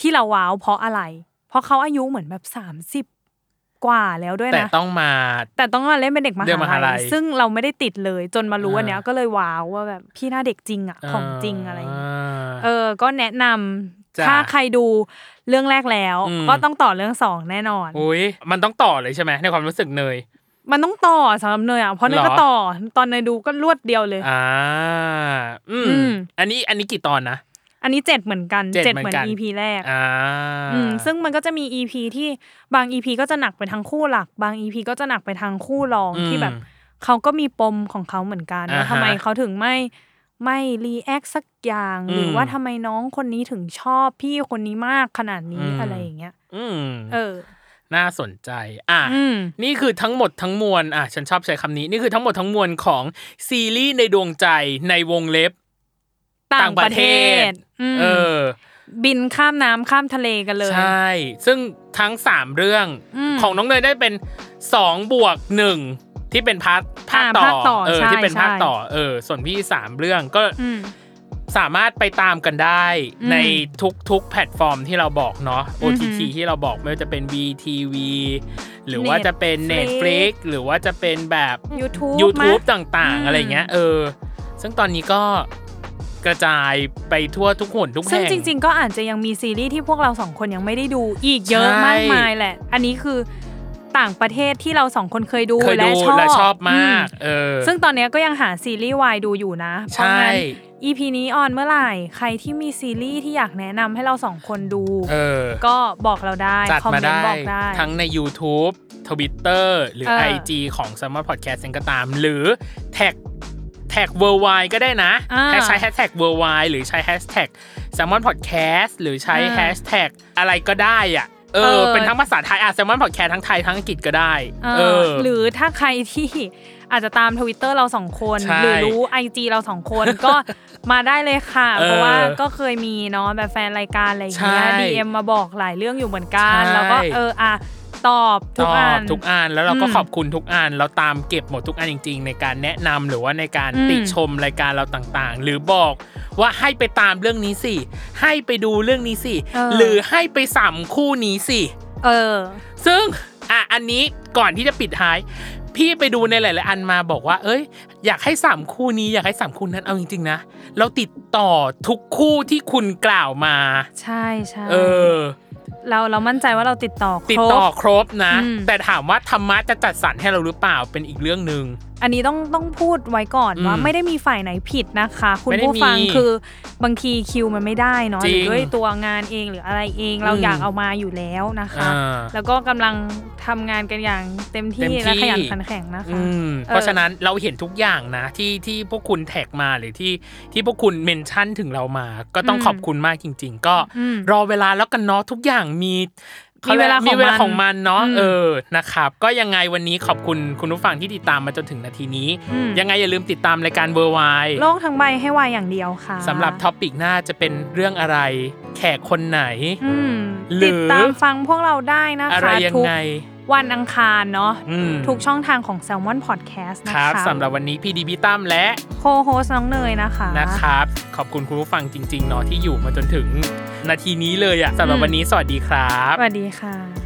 ที่เราว้าวเพราะอะไร เพราะเขาอายุเหมือนแบบสามสิบ30 กว่าแล้วด้วย แต่ นะ ต้องมา แต่ต้องมาเล่นเป็นเด็กม เด็กม หา หาลั ลั ย ยซึ่งเราไม่ได้ติดเลย จนมารู้ อ่า อันเนี้ยก็เลยว้าวว่าแบบพี่หน้าเด็กจริงอ่ะของจริงอะไรอย่างเงี้ย อา เออ ก็แนะนำ จ้ะ ถ้าใครดูเรื่องแรกแล้ว อืม ก็ต้องต่อเรื่องสองแน่นอน อุ้ยมันต้องต่อเลยใช่ไหมในความรู้สึกเนย มันต้องต่อสำหรับเนยอ่ะเพราะเนยก็ เหรอ ต่อตอนเนยดูก็รวดเดียวเลย อ่า อืม อืม อันนี้อันนี้กี่ตอนนะ อันนี้เจ็ดเหมือนกัน เจ็ด เจ็ดเหมือน เหมือนกัน EP แรก อ่า อืมซึ่งมันก็จะมี EP ที่บาง EP ก็จะหนักไปทางคู่หลัก บาง EP ก็จะหนักไปทางคู่รอง อืม ที่แบบเขาก็มีปมของเขาเหมือนกัน อ่าฮะ ว่าทำไมเขาถึงไม่ไม่รีแอคสักอย่าง อืม หรือว่าทำไมน้องคนนี้ถึงชอบพี่คนนี้มากขนาดนี้ อืม อะไรอย่างเงี้ย อืม เออ น่าสนใจ อ่ะ อืม นี่คือทั้งหมดทั้งมวล อ่ะ ฉันชอบใช้คำนี้ นี่คือทั้งหมดทั้งมวลของซีรีส์ในดวงใจในวงเล็บ ต่างประเทศอืม เออ บินข้ามน้ำข้ามทะเลกันเลย ใช่ ซึ่งทั้ง 3 เรื่อง อืม ของน้องเนยได้เป็น 2 บวก 1 ที่เป็นพาร์ทภาค อ่า ต่อ ภาคต่อ เออ ใช่ ที่เป็นภาค ใช่ ต่อเออ ส่วนพี่ 3 เรื่องก็ อืม สามารถไปตามกันได้ อืม ในทุกๆ แพลตฟอร์มที่เราบอกเนาะ อือหือ OTT ที่เราบอกไม่ว่าจะเป็น VTV หรือว่าจะเป็น Netflix Netflix หรือว่าจะเป็นแบบ YouTube มั้ย YouTube ต่างๆอืม อะไรเงี้ยเออ ซึ่งตอนนี้ก็กระจายไปทั่วทุกหนทุก ซึ่ง แห่ง จริง ๆ ก็อาจจะยังมีซีรีส์ที่พวกเราสองคนยังไม่ได้ดูอีกเยอะ ใช่ มากมายแหละ อันนี้คือต่างประเทศที่เราสองคนเคยดู เคยดูและชอบมาก อื เออ ซึ่งตอนเนี้ยก็ยังหาซีรีส์วายดูอยู่นะ เพราะ ใช่ งั้น EP นี้ออนเมื่อไหร่ ใครที่มีซีรีส์ที่อยากแนะนำให้เราสองคนดู เออ ก็บอกเราได้ จัด คอม มา เมน ได้ ต์บอกได้ ทั้งใน YouTube Twitter หรือ เออ IG ของ s u m m e r Podcast เองก็ตาม หรือแท็กแท็ก worldwide ก็ได้นะ อ่า แท็กใช้แฮชแท็ก worldwide หรือใช้แฮชแท็ก s u m m e r Podcast หรือใช้ อ่า แฮชแท็กอะไรก็ได้อ่ะเอ เอ อ อ เป็นทั้งภาษาไทยอ่ะ s u m m e r Podcast ทั้งไทยทั้งอังกฤษก็ได้ เออ เออ หรือถ้าใครที่อาจจะตามทวิตเตอร์เราสองคน ใช่ หรือรู้ไอจีเราสองคน ก็มาได้เลยค่ะ เออ เพราะว่าก็เคยมีเนาะแบบแฟนรายการอะไรอย่างเงี้ย ใช่ ดีเอ็มมาบอกหลายเรื่องอยู่เหมือนกัน ใช่ แล้วก็เอออ่ะตอบทุกอัน ตบทุกอันแล้วเราก็ อืม ขอบคุณทุกอันเราตามเก็บหมดทุกอันจริง ๆ ในการแนะนำหรือว่าในการ อืม ติชมรายการเราต่างๆ หรือบอกว่าให้ไปตามเรื่องนี้สิให้ไปดูเรื่องนี้สิ เออ หรือให้ไปสัมคู่นี้สิ เออ ซึ่งอ่ะอันนี้ก่อนที่จะปิดท้าย พี่ไปดูในหลายๆอันมาบอกว่า เอ้ย อยากให้สามคู่นี้อยากให้สามคู่นั้นเอาจริงๆนะเราติดต่อทุกคู่ที่คุณกล่าวมา ใช่ใช่ เออ เราเรามั่นใจว่าเราติดต่อครบ ติดต่อครบนะ อืม แต่ถามว่าธรรมะจะจัดสรรให้เราหรือเปล่าเป็นอีกเรื่องหนึ่ง อันนี้ต้องต้องพูดไว้ก่อนว่า อืม ไม่ได้มีฝ่ายไหนผิดนะคะ คุณ ไม่ได้ ผู้ฟัง มี คือบางทีคิวมันไม่ได้เนาะ จริ ห ง รือด้วยตัวงานเองหรืออะไรเองเรา อืม อยากเอามาอยู่แล้วนะคะ อ่า แล้วก็กำลังทำงานกันอย่างเต็ม เต็มที่ที่ และขยันขันแข็งนะคะ อืมเพราะฉะนั้นเราเห็นทุกอย่างนะที่ที่พวกคุณแท็กมาหรือที่ที่พวกคุณเมนชั่นถึงเรามา ก็ต้อง อืม ขอบคุณมากจริง ๆ ก็ อืม รอเวลาแล้วกันเนาะทุกอย่างมีขรียก เวลาของ เวลา มัน ของมันเนาะ อืม เออนะครับ ก็ยังไงวันนี้ขอบคุณคุณผู้ฟังที่ติดตามมาจนถึงนาทีนี้ อืม ยังไงอย่าลืมติดตามรายการเบอร์ไว โลกทั้งใบให้วายอย่างเดียวค่ะ สำหรับท็อปิกหน้าจะเป็นเรื่องอะไร แขกคนไหน อืม หรือ ติดตามฟังพวกเราได้นะ อะไร คะ ยัง ทุก ไง วันอังคารเนาะ อืม ทุกช่องทางของ s ซ l m o n Podcast ค นะ รับ คะ สำหรับวันนี้พี่ดีพี่ตั้มและ โคโฮสน้องเนยนะคะ นะครับ ขอบคุณคุณผู้ฟังจริง ๆ เนาะที่อยู่มาจนถึงนาทีนี้เลยอะสำหรับ อืม วันนี้สวัสดีครับ สวัสดีค่ะ